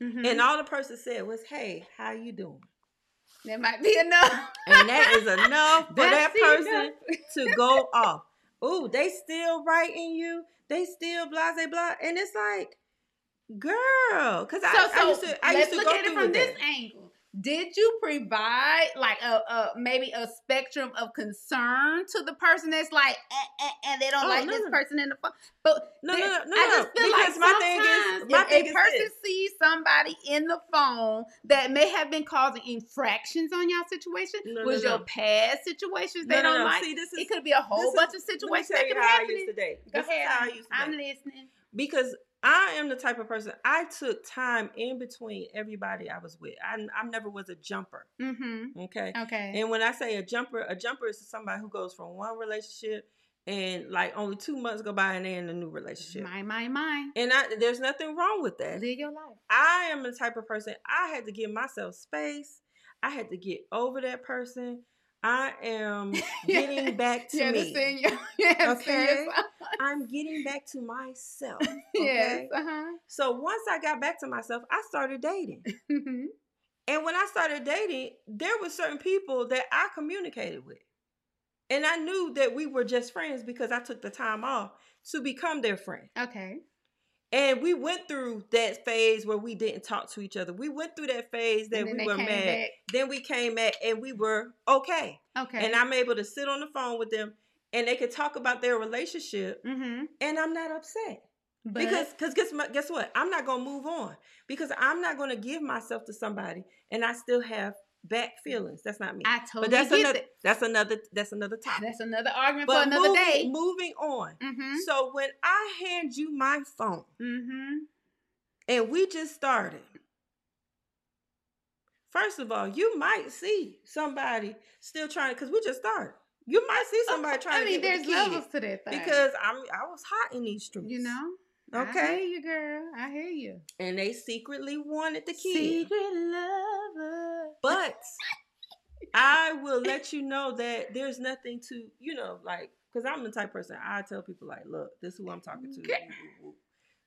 S4: mm-hmm.
S3: And all the person said was, "Hey, how you doing?"
S4: that might be enough.
S3: and that is enough for that
S4: That's
S3: person to go off. Ooh, they still writing you. They still blah blah blah, and it's like, girl, because
S4: So,
S3: I,
S4: so
S3: I used to, I
S4: let's
S3: used to
S4: look
S3: go
S4: at it
S3: through with
S4: from this
S3: that.
S4: angle. Did you provide like a, a maybe a spectrum of concern to the person that's like, eh, eh, eh, they don't
S3: Oh,
S4: like
S3: no,
S4: this
S3: no.
S4: person in the phone? But
S3: No,
S4: there-
S3: no, no, no,
S4: I just
S3: no,
S4: feel like
S3: because my thing is-
S4: sometimes
S3: my
S4: if
S3: thing
S4: a
S3: is
S4: person
S3: this.
S4: sees somebody in the phone that may have been causing infractions on your situation,
S3: No, no,
S4: was
S3: no.
S4: your past situations they
S3: No, no,
S4: don't
S3: no.
S4: like?
S3: See, this is
S4: it could be a whole
S3: this
S4: bunch of
S3: let me
S4: situations
S3: tell
S4: that
S3: you
S4: could
S3: how I
S4: happen.
S3: used to date.
S4: Go
S3: This is
S4: ahead,
S3: how I
S4: honey.
S3: used to
S4: I'm
S3: date.
S4: listening.
S3: because I am the type of person I took time in between everybody I was with. I, I never was a jumper.
S4: Mm-hmm.
S3: Okay.
S4: Okay.
S3: And when I say a jumper, a jumper is somebody who goes from one relationship and like only two months go by and they're in a new relationship.
S4: My, my, my.
S3: And I, there's nothing wrong with that.
S4: Live your life.
S3: I am the type of person I had to give myself space. I had to get over that person. I am getting back to
S4: You
S3: me.
S4: understand your, you understand
S3: Okay?
S4: yourself.
S3: I'm getting back to myself. Okay?
S4: Yes. Uh-huh.
S3: So once I got back to myself, I started dating.
S4: Mhm.
S3: And when I started dating, there were certain people that I communicated with. And I knew that we were just friends because I took the time off to become their friend.
S4: okay.
S3: And we went through that phase where we didn't talk to each other. We went through that phase that
S4: And then
S3: we
S4: they
S3: were
S4: came
S3: mad. Then we came back and we were okay.
S4: back. Okay.
S3: And I'm able to sit on the phone with them and they could talk about their relationship
S4: mm-hmm.
S3: and I'm not upset.
S4: But,
S3: Because because guess my, guess what? I'm not gonna move on because I'm not gonna give myself to somebody and I still have back feelings. That's not me.
S4: I
S3: but
S4: totally
S3: that's
S4: get
S3: another
S4: that.
S3: that's another that's another topic.
S4: That's another argument
S3: but
S4: for another
S3: moving,
S4: day.
S3: moving on.
S4: Mm-hmm.
S3: So when I hand you my phone
S4: Mm-hmm.
S3: and we just started, first of all, you might see somebody still trying because we just started. You might see somebody trying
S4: I mean,
S3: to get
S4: there's
S3: with the
S4: levels
S3: kid
S4: to that thing.
S3: because I'm I was hot in these streets,
S4: you know. I
S3: Okay.
S4: hear you, girl. I hear you.
S3: and they secretly wanted the kid.
S4: Secret lover.
S3: but I will let you know that there's nothing to, you know, like, because I'm the type of person I tell people, like, look, this is who I'm talking to.
S4: Okay.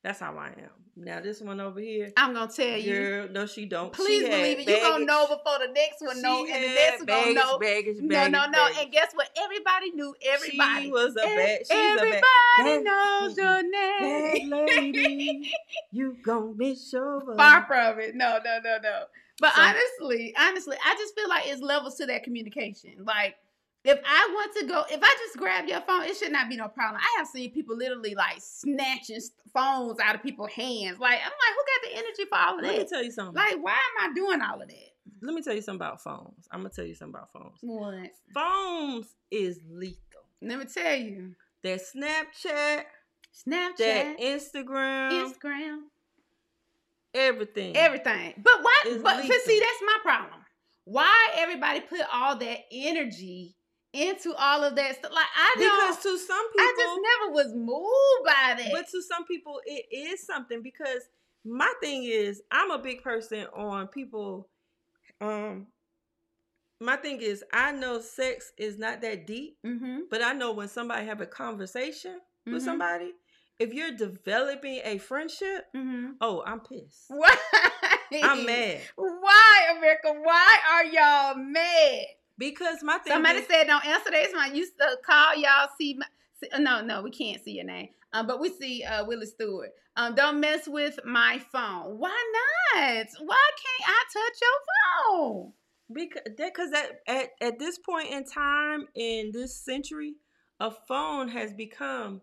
S3: That's how I am. Now this one over here,
S4: I'm gonna tell you.
S3: girl, no, she don't.
S4: Please
S3: She had
S4: believe it. You gonna
S3: baggage.
S4: know before the next one
S3: She
S4: know, and the next
S3: had
S4: one gonna
S3: baggage,
S4: know.
S3: Baggage,
S4: No, no,
S3: baggage,
S4: no.
S3: baggage.
S4: And guess what? Everybody knew everybody.
S3: She was a
S4: Ev-
S3: bad. She's
S4: everybody
S3: bad-
S4: knows your
S3: a bad,
S4: name.
S3: bad lady. you gonna miss your bus.
S4: Far from it. No, no, no, no. But
S3: So-
S4: honestly, honestly, I just feel like it's levels to that communication. Like, if I want to go, if I just grab your phone, it should not be no problem. I have seen people literally like snatching s- phones out of people's hands. Like, I'm like, who got the energy for all of
S3: Let me
S4: that?
S3: tell you something.
S4: Like, why am I doing all of that?
S3: Let me tell you something about phones. I'm gonna tell you something about phones.
S4: What?
S3: Phones is lethal.
S4: Let me tell you.
S3: That Snapchat, that
S4: Snapchat, um,
S3: Instagram,
S4: Instagram,
S3: everything.
S4: everything. But why?
S3: It's
S4: But, but see,
S3: lethal.
S4: that's my problem. Why everybody put all that energy into all of that stuff? Like I don't.
S3: because to some people,
S4: I just never was moved by that.
S3: but to some people, it is something. Because my thing is, I'm a big person on people. Um, my thing is, I know sex is not that deep,
S4: mm-hmm,
S3: but I know when somebody have a conversation with
S4: Mhm.
S3: somebody, if you're developing a friendship,
S4: mm-hmm.
S3: oh, I'm pissed.
S4: Why?
S3: I'm mad
S4: Why, America? Why are y'all mad?
S3: because my thing.
S4: Somebody
S3: is,
S4: said don't answer that. It's my used to call y'all see. My, see uh, no, no, we can't see your name. Um, but we see uh Willie Stewart. Um, don't mess with my phone. Why not? Why can't I touch your phone?
S3: because that because that at, at this point in time in this century a phone has become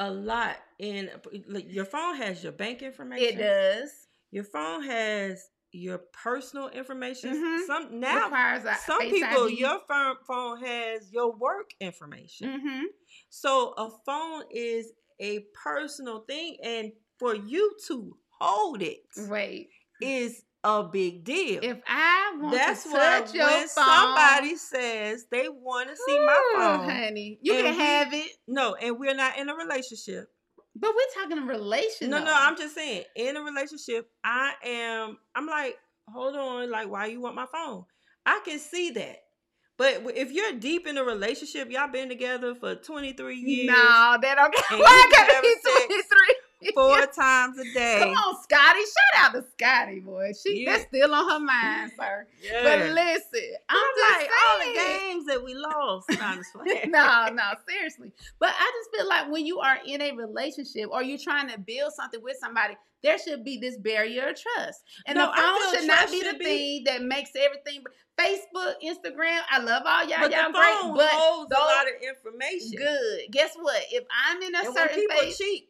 S3: a lot in like, your phone has your bank information
S4: It does.
S3: your phone has your personal information
S4: Mhm.
S3: some now
S4: Requires a
S3: some
S4: Face
S3: people
S4: ID.
S3: your phone phone has your work information
S4: Mm-hmm.
S3: so a phone is a personal thing and for you to hold it is
S4: Wait.
S3: a big deal
S4: If I want
S3: that's
S4: to
S3: what
S4: touch your
S3: when
S4: phone,
S3: somebody says they want to see my
S4: Ooh,
S3: phone.
S4: honey, you
S3: and
S4: can
S3: we-
S4: have it.
S3: No, and we're not in a relationship.
S4: But we're talking a relationship.
S3: No, no, I'm just saying in a relationship, I am. I'm like, hold on, like, why you want my phone? I can see that, but w- if you're deep in a relationship, y'all been together for 23 years,
S4: No, that okay.
S3: And
S4: Why
S3: you can
S4: gotta
S3: have
S4: be
S3: sex
S4: twenty three?
S3: four times a day.
S4: Come on, Scotty. Shout out to Scotty, boy. She
S3: Yeah.
S4: that's still on her mind, sir.
S3: Yeah.
S4: But listen, I'm,
S3: I'm
S4: just
S3: like all the
S4: saying.
S3: games that we lost. No, I'm just playing.
S4: no, no, seriously. But I just feel like when you are in a relationship or you're trying to build something with somebody, there should be this barrier of trust. And
S3: No,
S4: the
S3: I
S4: phone
S3: feel
S4: should not
S3: trust
S4: be the
S3: should be-
S4: thing that makes everything. Facebook, Instagram, I love all y'all.
S3: but the
S4: y'all
S3: phone
S4: great, but
S3: holds a
S4: those-
S3: lot of information.
S4: good. Guess what? If I'm in a
S3: And when
S4: certain
S3: people
S4: phase,
S3: cheat,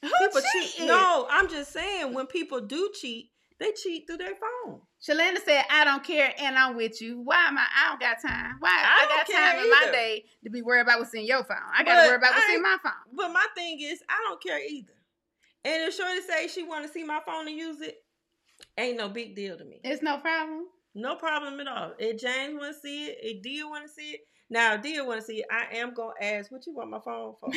S4: who
S3: people cheat.
S4: cheating?
S3: No, I'm just saying when people do cheat, they cheat through their phone.
S4: Shalanda said, I don't care and I'm with you. Why am I? I don't got time. Why? I,
S3: I don't
S4: got
S3: care
S4: time in my
S3: either.
S4: day to be worried about what's in your phone. I got to
S3: But
S4: worry about what's
S3: I-
S4: in my phone.
S3: But my thing is, I don't care either. And if Shorty say she want to see my phone and use it, ain't no big deal to me.
S4: It's no problem.
S3: No problem at all. If James want to see it, if Dia want to see it, now if Dia want to see it, I am gonna ask what you want my phone for,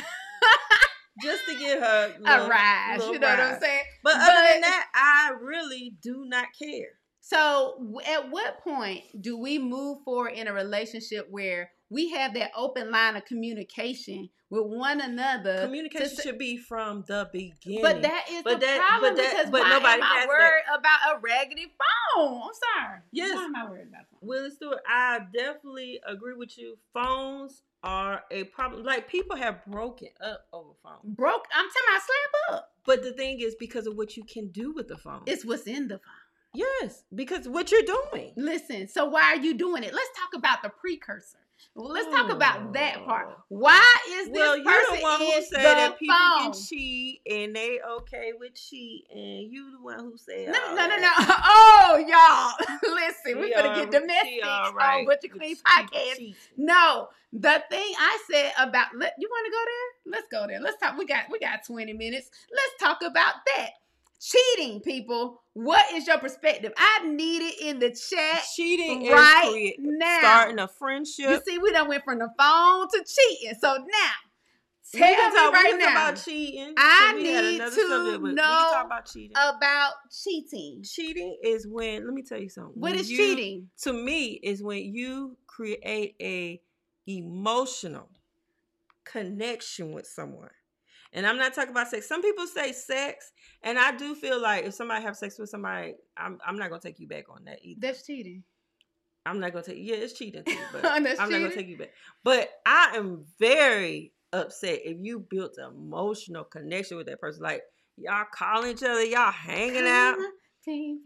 S3: just to get her
S4: A
S3: little-
S4: rise.
S3: little
S4: You know what I'm
S3: rise.
S4: saying?
S3: But other
S4: But-
S3: than that, I really do not care.
S4: So, w- at what point do we move forward in a relationship where we have that open line of communication with one another?
S3: Communication
S4: Uh, to,
S3: should be from the beginning.
S4: but that is
S3: But
S4: the
S3: that-
S4: problem
S3: but that-
S4: because
S3: but
S4: why
S3: nobody
S4: am I
S3: has that.
S4: worried about a raggedy phone? I'm sorry.
S3: Yes.
S4: Why am I worried about that?
S3: Willie Stewart, I definitely agree with you. Phones are a problem. Like people have broken up over phones.
S4: Broke. I'm telling you, I slap up.
S3: But the thing is because of what you can do with the phone.
S4: It's what's in the phone.
S3: yes, because what you're doing.
S4: Listen, so why are you doing it? Let's talk about the precursor. Well, let's talk about that part.
S3: Oh.
S4: Why is this
S3: Well,
S4: person
S3: you're the one who
S4: in
S3: said that
S4: the
S3: people
S4: phone?
S3: can cheat and they okay with cheat, and you the one who said
S4: No,
S3: all
S4: no, no,
S3: that.
S4: no. Oh, y'all. Listen, we're
S3: She
S4: going to
S3: all-
S4: get domestic
S3: she all
S4: on
S3: right
S4: Butcher
S3: with
S4: Queen
S3: cheat-
S4: podcast.
S3: cheating.
S4: No, the thing I said about let, you want to go there? Let's go there. Let's talk. We got we got 20 minutes. Let's talk about that. Cheating, people. What is your perspective? I need it in the chat
S3: Cheating is
S4: right
S3: create-
S4: now.
S3: starting a
S4: You
S3: friendship.
S4: see, we done went from the phone to cheating. So now,
S3: We
S4: tell
S3: can
S4: me
S3: talk- we
S4: right
S3: can talk
S4: now
S3: about cheating.
S4: I
S3: So we had
S4: need
S3: another
S4: to
S3: subject, but we can
S4: know
S3: talk about cheating.
S4: about cheating.
S3: cheating is when let me tell you something
S4: What
S3: When
S4: is
S3: you-
S4: cheating?
S3: to me is when you create a emotional connection with someone And I'm not talking about sex. Some people say sex, and I do feel like if somebody have sex with somebody, I'm I'm not gonna take you back on that either.
S4: That's cheating.
S3: I'm not gonna take yeah, it's cheating, too, but I'm
S4: That's
S3: not gonna
S4: cheating.
S3: take you back. But I am very upset if you built an emotional connection with that person. Like y'all calling each other, y'all hanging out.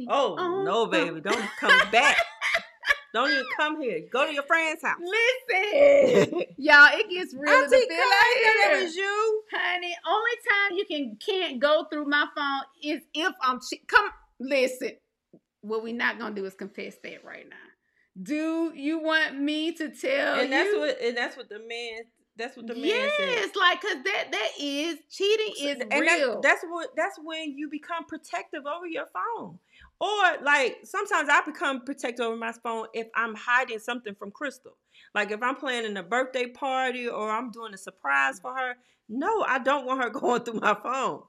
S3: Oh no, baby, don't come back. Don't even come here. Go to your friend's house.
S4: Listen, y'all, it gets real.
S3: Auntie
S4: to feel
S3: Connie, that
S4: out here.
S3: was you.
S4: honey. Only time you can can't go through my phone is if I'm che- come. Listen, what we not gonna do is confess that right now. Do you want me to tell
S3: And that's
S4: you?
S3: what and that's what the man that's what the man said.
S4: yes, like cause that that is cheating is
S3: and that-
S4: real.
S3: that's what that's when you become protective over your phone. Or like sometimes I become protective over my phone if I'm hiding something from Crystal. Like if I'm planning a birthday party or I'm doing a surprise for her. No, I don't want her going through my phone.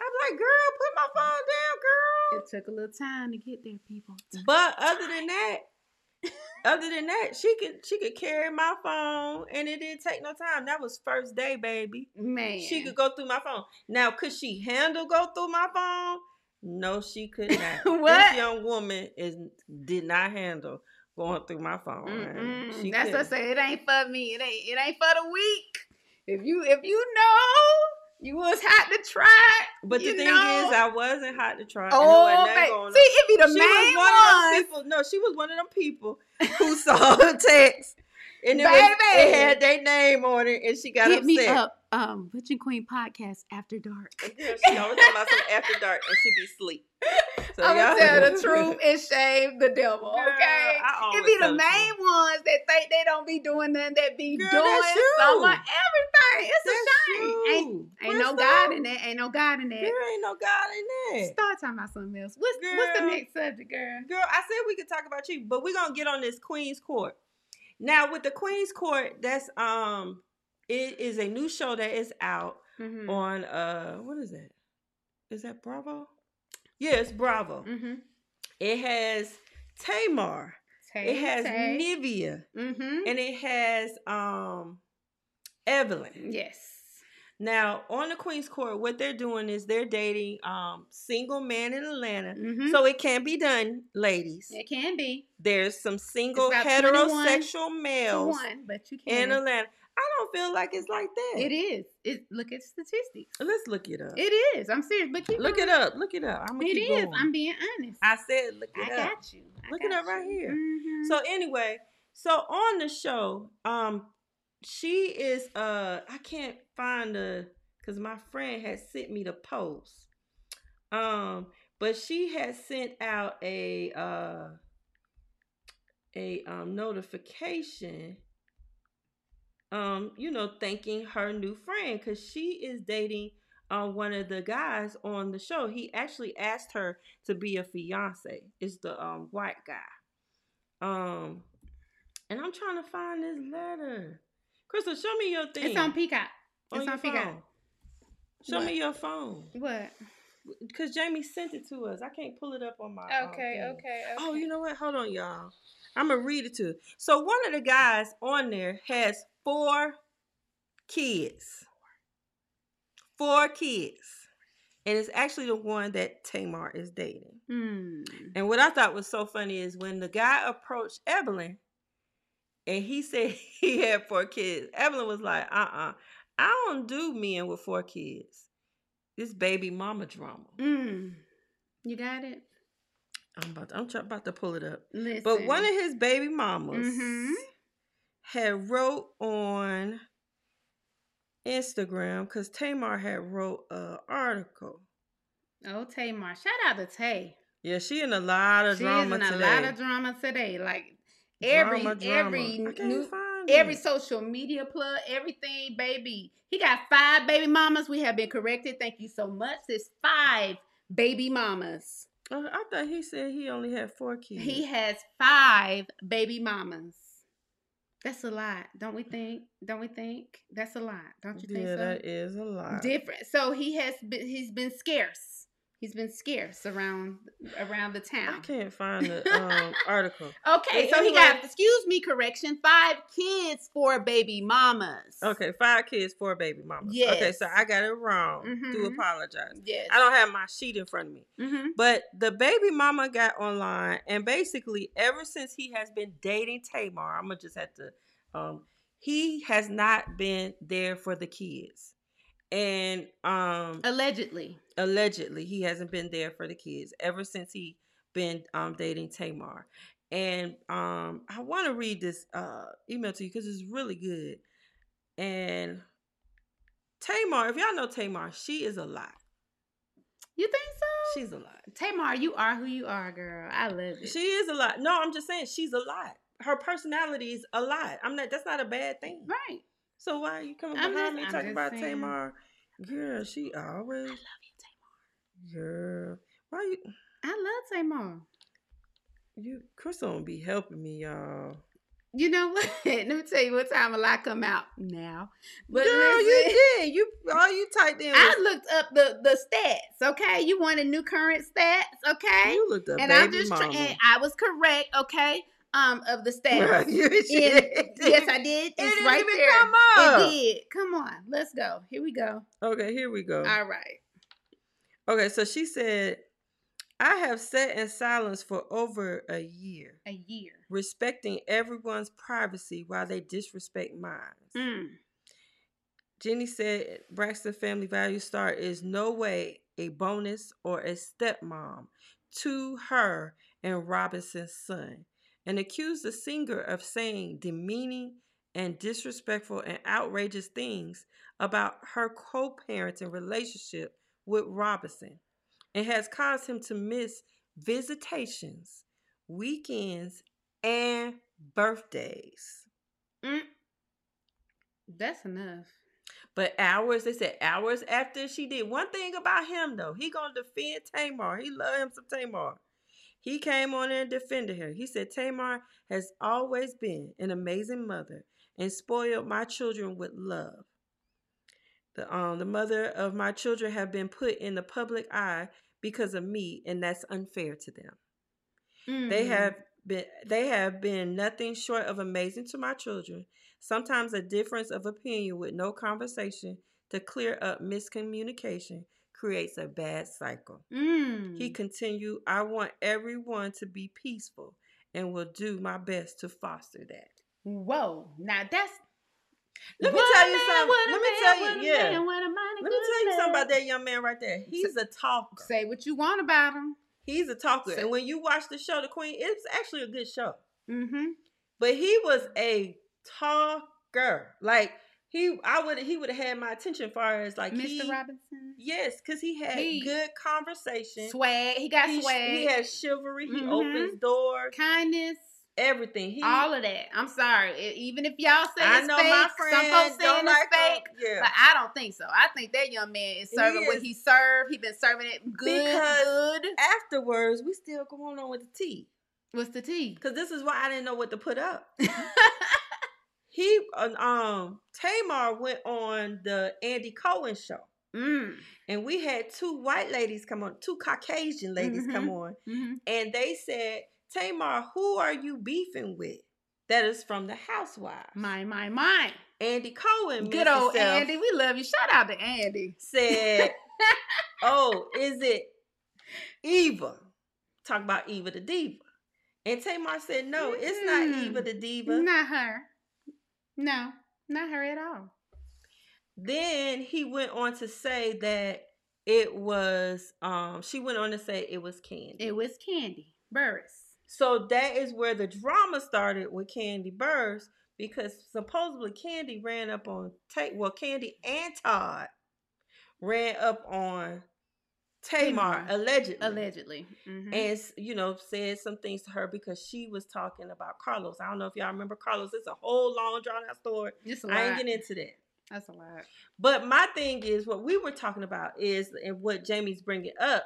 S3: I'm like, girl, put my phone down, girl.
S4: it took a little time to get there, people.
S3: But other than that, other than that, she could she could carry my phone and it didn't take no time. That was first day, baby.
S4: Man,
S3: She could go through my phone. Now, could she handle go through my phone? No, she could not.
S4: What?
S3: This young woman is did not handle going through my phone. honey. She
S4: Mm-mm. That's what I
S3: couldn't.
S4: say. It ain't for me. It ain't. It ain't for the weak. If you if you know you was hot to try,
S3: But the
S4: you
S3: thing
S4: know.
S3: is, I wasn't hot to try. and it
S4: oh,
S3: wasn't nothing
S4: babe.
S3: going on.
S4: see, it be the
S3: she
S4: main
S3: was one of them
S4: ones.
S3: people. No, she was one of them people who saw her text. And it, was-
S4: Baby.
S3: it had their name on it, and she got
S4: Hit
S3: upset.
S4: me up, um, Witch and Queen podcast after dark.
S3: And girl, she always talking about some after dark, and she be sleep. So
S4: I'm gonna
S3: y'all-
S4: tell the truth and shame the devil.
S3: Girl,
S4: Okay,
S3: I always
S4: it be
S3: tell
S4: the
S3: the
S4: main ones that think they don't be doing nothing, that be
S3: Girl,
S4: doing
S3: that's you.
S4: so much everything. It's a shame. Ain't, ain't no God in
S3: that.
S4: that. Ain't no God in that.
S3: There ain't no God in that.
S4: Start talking about something else. What's what's the
S3: Girl.
S4: next subject, girl?
S3: Girl, I said we could talk about you, but we're gonna get on this Queen's Court. Now with the Queen's Court, that's um it is a new show that is out
S4: Mm-hmm.
S3: on uh what is that? Is that Bravo? Yeah, it's Bravo.
S4: mm-hmm.
S3: It has Tamar, it has Nivea,
S4: Mm-hmm.
S3: and it has um Evelyn.
S4: Yes.
S3: Now on the Queen's Court, what they're doing is they're dating um single man in Atlanta.
S4: Mm-hmm.
S3: So it can be done, ladies.
S4: it can be
S3: There's some single
S4: about 21
S3: heterosexual
S4: to
S3: males
S4: one, but you
S3: in
S4: can.
S3: Atlanta. I don't feel like it's like that.
S4: It is. It look at statistics.
S3: Let's look it up.
S4: It is. I'm serious, but keep
S3: look
S4: going.
S3: it up. Look it up. I'm gonna
S4: It
S3: keep
S4: is.
S3: going.
S4: I'm being honest.
S3: I said look
S4: I
S3: it up.
S4: got you. I
S3: Look it
S4: got
S3: up right
S4: you.
S3: here.
S4: Mhm.
S3: So anyway, so on the show, um, she is uh I can't find the because my friend had sent me the post. Um, but she had sent out a uh a um notification. Um, you know, thanking her new friend because she is dating uh, one of the guys on the show. He actually asked her to be a fiance. It's the um white guy. Um, and I'm trying to find this letter. Crystal, show me your thing.
S4: it's on Peacock.
S3: on
S4: It's
S3: your
S4: on Peacock.
S3: phone. Show
S4: What?
S3: me your phone,
S4: What?
S3: cause Jamie sent it to us. I can't pull it up on my. um, thing. Oh, you know what? Hold on, y'all. I'm gonna read it to. you. So one of the guys on there has four kids. Four kids, and it's actually the one that Tamar is dating.
S4: Hmm.
S3: And what I thought was so funny is when the guy approached Evelyn and he said he had four kids, Evelyn was like, uh uh I don't do men with four kids. This baby mama drama.
S4: Mm. You got it.
S3: I'm about to, I'm try- about to pull it up.
S4: Listen.
S3: But one of his baby mamas
S4: Mhm.
S3: had wrote on Instagram because Tamar had wrote an article.
S4: oh Tamar, shout out to Tay.
S3: Yeah, she in a lot of
S4: She's in
S3: drama
S4: a
S3: today.
S4: lot of drama today. Like every
S3: Drama, drama.
S4: every
S3: I can't
S4: new
S3: find
S4: every
S3: it.
S4: social media plug, everything, baby. He got five baby mamas. We have been corrected. Thank you so much. It's five baby mamas.
S3: Uh, I thought he said he only had four kids.
S4: He has five baby mamas. That's a lot, don't we think? Don't we think? That's a lot, don't you think so?
S3: yeah, that is a lot.
S4: Different. So he has been, he's been scarce. He's been scarce around around the
S3: I
S4: town.
S3: can't find the um, article.
S4: Okay,
S3: But
S4: so he
S3: anyway-
S4: got excuse me correction five kids, four baby mamas.
S3: Okay, five kids, four baby mamas. Okay,
S4: Yes.
S3: so I got it wrong. Do
S4: Mhm.
S3: apologize.
S4: Yes.
S3: I don't have my sheet in front of me.
S4: hmm
S3: But the baby mama got online, and basically, ever since he has been dating Tamar, I'm gonna just have to. Um, he has not been there for the kids, and
S4: Oh.
S3: um,
S4: Allegedly.
S3: allegedly, he hasn't been there for the kids ever since he been um dating Tamar. And um, I want to read this uh email to you because it's really good. And Tamar, if y'all know Tamar, she is a lot.
S4: You think so?
S3: She's a lot.
S4: Tamar, you are who you are, girl. I love it.
S3: She is a lot. No, I'm just saying she's a lot. Her personality is a lot. I'm not. That's not a bad thing.
S4: right.
S3: So why are you coming
S4: I'm
S3: behind
S4: just-
S3: me
S4: I'm
S3: talking
S4: just
S3: about
S4: saying.
S3: Tamar? Girl, she always. I love you, Tamar. Girl, why you?
S4: I love Tamar.
S3: You Crystal don't be helping me, y'all.
S4: You know what? Let me tell you what time a lot come out now. But
S3: Girl, you
S4: listen,
S3: did. You all you typed in.
S4: I
S3: Was,
S4: looked up the the stats. Okay, you wanted new current stats. Okay,
S3: you looked up
S4: and
S3: baby
S4: I'm just tr-
S3: mama.
S4: and I was correct. Okay, um, of the
S3: Girl,
S4: stats.
S3: you
S4: In-
S3: did.
S4: yes, I did. It's
S3: didn't
S4: right
S3: even
S4: there.
S3: come up.
S4: It did. Come on, let's go. Here we go.
S3: Okay, here we go.
S4: All right.
S3: Okay, so she said, "I have sat in silence for over a year."
S4: A year.
S3: respecting everyone's privacy while they disrespect mine.
S4: Mm.
S3: Jenny said Braxton Family Value Star is no way a bonus or a stepmom to her and Robinson's son, and accused the singer of saying demeaning and disrespectful and outrageous things about her co parenting relationship with Robinson, and has caused him to miss visitations, weekends, and birthdays.
S4: Mm. That's enough.
S3: But hours, they said hours after she did. One thing about him though, he gonna defend Tamar. He love him some Tamar. He came on there and defended her. He said Tamar has always been an amazing mother and spoiled my children with love. The um the mother of my children have been put in the public eye because of me, and that's unfair to them. They
S4: Mm.
S3: have been they have been nothing short of amazing to my children. Sometimes a difference of opinion with no conversation to clear up miscommunication creates a bad cycle.
S4: Mm.
S3: He continued, I want everyone to be peaceful and will do my best to foster that.
S4: Whoa. Now that's.
S3: Let me
S4: What a
S3: tell you
S4: man,
S3: something.
S4: what a
S3: Let me
S4: man,
S3: tell you-
S4: what a
S3: yeah.
S4: man, what a mighty
S3: Let me
S4: good
S3: tell you something
S4: man.
S3: about that young man right there. He's a talker.
S4: Say what you want about him.
S3: He's a talker.
S4: Say-
S3: And when you watch the show, The Queen, it's actually a good show.
S4: Mm-hmm.
S3: but he was a talker. Like he, I would he would have had my attention far as like
S4: Mr.
S3: He,
S4: Robinson.
S3: Yes, because he had
S4: He-
S3: good conversation.
S4: Swag. He got
S3: He, sh-
S4: swag.
S3: he had chivalry. He
S4: Mhm.
S3: opens doors.
S4: kindness.
S3: Everything. He,
S4: all of that. I'm sorry. E- Even if y'all say
S3: I
S4: it's
S3: know
S4: fake,
S3: my
S4: some
S3: friends
S4: folks
S3: don't
S4: saying
S3: like
S4: it's fake.
S3: him. Yeah.
S4: But I don't think so. I think that young man is
S3: He
S4: serving
S3: is.
S4: what he served. He been serving it good,
S3: Because-
S4: good.
S3: Afterwards, we still going on with the tea
S4: What's the tea?
S3: because this is why I didn't know what to put up. He uh, um Tamar went on the Andy Cohen show.
S4: mm.
S3: And we had two white ladies come on, two Caucasian ladies come on,
S4: hmm
S3: and they said, Tamar, who are you beefing with? That is from the housewives.
S4: My, my, my.
S3: Andy Cohen,
S4: Good
S3: missed
S4: old
S3: himself,
S4: Andy. We love you. Shout out to Andy.
S3: said, Oh, is it Eva? Talk about Eva the Diva. And Tamar said, No, it's not
S4: Mm.
S3: Eva the Diva.
S4: Not her. No, not her at all.
S3: Then he went on to say that it was um she went on to say it was Candy.
S4: It was Candy Burris.
S3: So that is where the drama started with Candy Burrs because supposedly Candy ran up on Tate. Well, Candy and Todd ran up on Tamar
S4: Tamar,
S3: allegedly,
S4: Allegedly. Mhm.
S3: and you know said some things to her because she was talking about Carlos. I don't know if y'all remember Carlos. It's a whole long drawn out story.
S4: It's a
S3: I ain't
S4: lot.
S3: getting into that.
S4: That's a lot.
S3: But my thing is, what we were talking about is, and what Jamie's bringing up.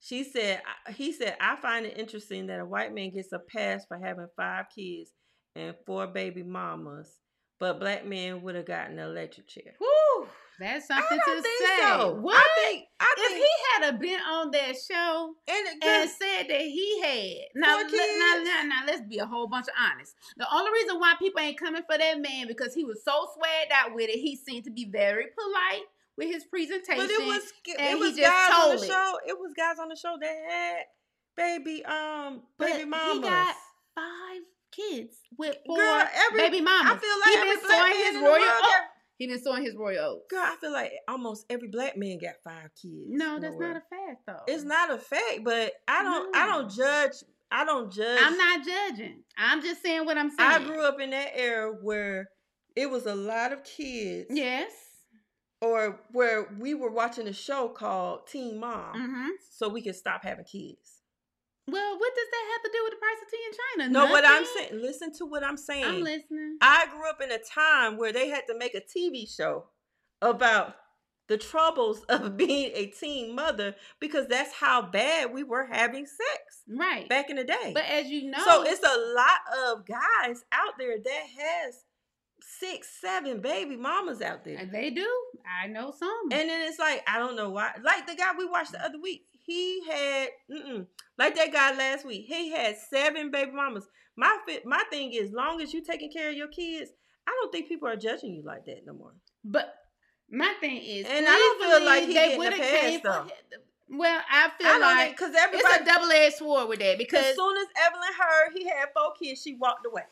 S3: She said, I- he said, I find it interesting that a white man gets a pass for having five kids and four baby mamas, but black men would have gotten an electric chair.
S4: Woo! That's
S3: I
S4: something
S3: don't
S4: to
S3: think
S4: say.
S3: so.
S4: What?
S3: I think I
S4: if
S3: think
S4: he had a been on that show
S3: and,
S4: and
S3: yes,
S4: said that he had now,
S3: Four
S4: let, now,
S3: kids.
S4: now, now, let's be a whole bunch of honest. The only reason why people ain't coming for that man because he was so swagged out with it. He seemed to be very polite with his presentation.
S3: but it was
S4: and he
S3: it was
S4: just
S3: guys on
S4: told
S3: the
S4: it.
S3: show. It was guys on the show that had baby um
S4: But
S3: baby
S4: he
S3: mamas.
S4: got five kids with four
S3: Girl, every-
S4: baby mamas.
S3: I feel like
S4: he
S3: every
S4: been
S3: black
S4: sowing
S3: man
S4: his
S3: in the
S4: royal.
S3: world
S4: oak.
S3: got-
S4: He been sowing his royal. oak.
S3: Girl, I feel like almost every black man got five kids.
S4: No,
S3: in the
S4: that's not
S3: world.
S4: a fact though.
S3: It's not a fact, but I don't I don't
S4: No.
S3: judge I don't judge
S4: I'm not judging. I'm just saying what I'm saying.
S3: I grew up in that era where it was a lot of kids.
S4: Yes.
S3: Or where we were watching a show called Teen Mom
S4: Mm-hmm.
S3: so we could stop having kids.
S4: Well, what does that have to do with the price of tea in China?
S3: No, what I'm
S4: Nothing.
S3: saying listen to what I'm saying.
S4: I'm listening.
S3: I grew up in a time where they had to make a TV show about the troubles of being a teen mother because that's how bad we were having sex
S4: Right.
S3: back in the day.
S4: But as you know,
S3: So it's a lot of guys out there that has six, seven baby mamas out there.
S4: And uh, they do. I know some.
S3: And then it's like, I don't know why. Like the guy we watched the other week, he had, mm-mm, like that guy last week, he had seven baby mamas. My fi- my thing is, long as you taking care of your kids, I don't think people are judging you like that no more.
S4: but my thing is,
S3: And I don't
S4: please
S3: feel
S4: believe
S3: like
S4: they
S3: he getting a
S4: would've
S3: pass,
S4: came for
S3: though.
S4: him. Well, I feel
S3: I don't
S4: like
S3: because
S4: it's a
S3: everybody.
S4: double edged sword with that because
S3: As soon as Evelyn heard he had four kids, she walked away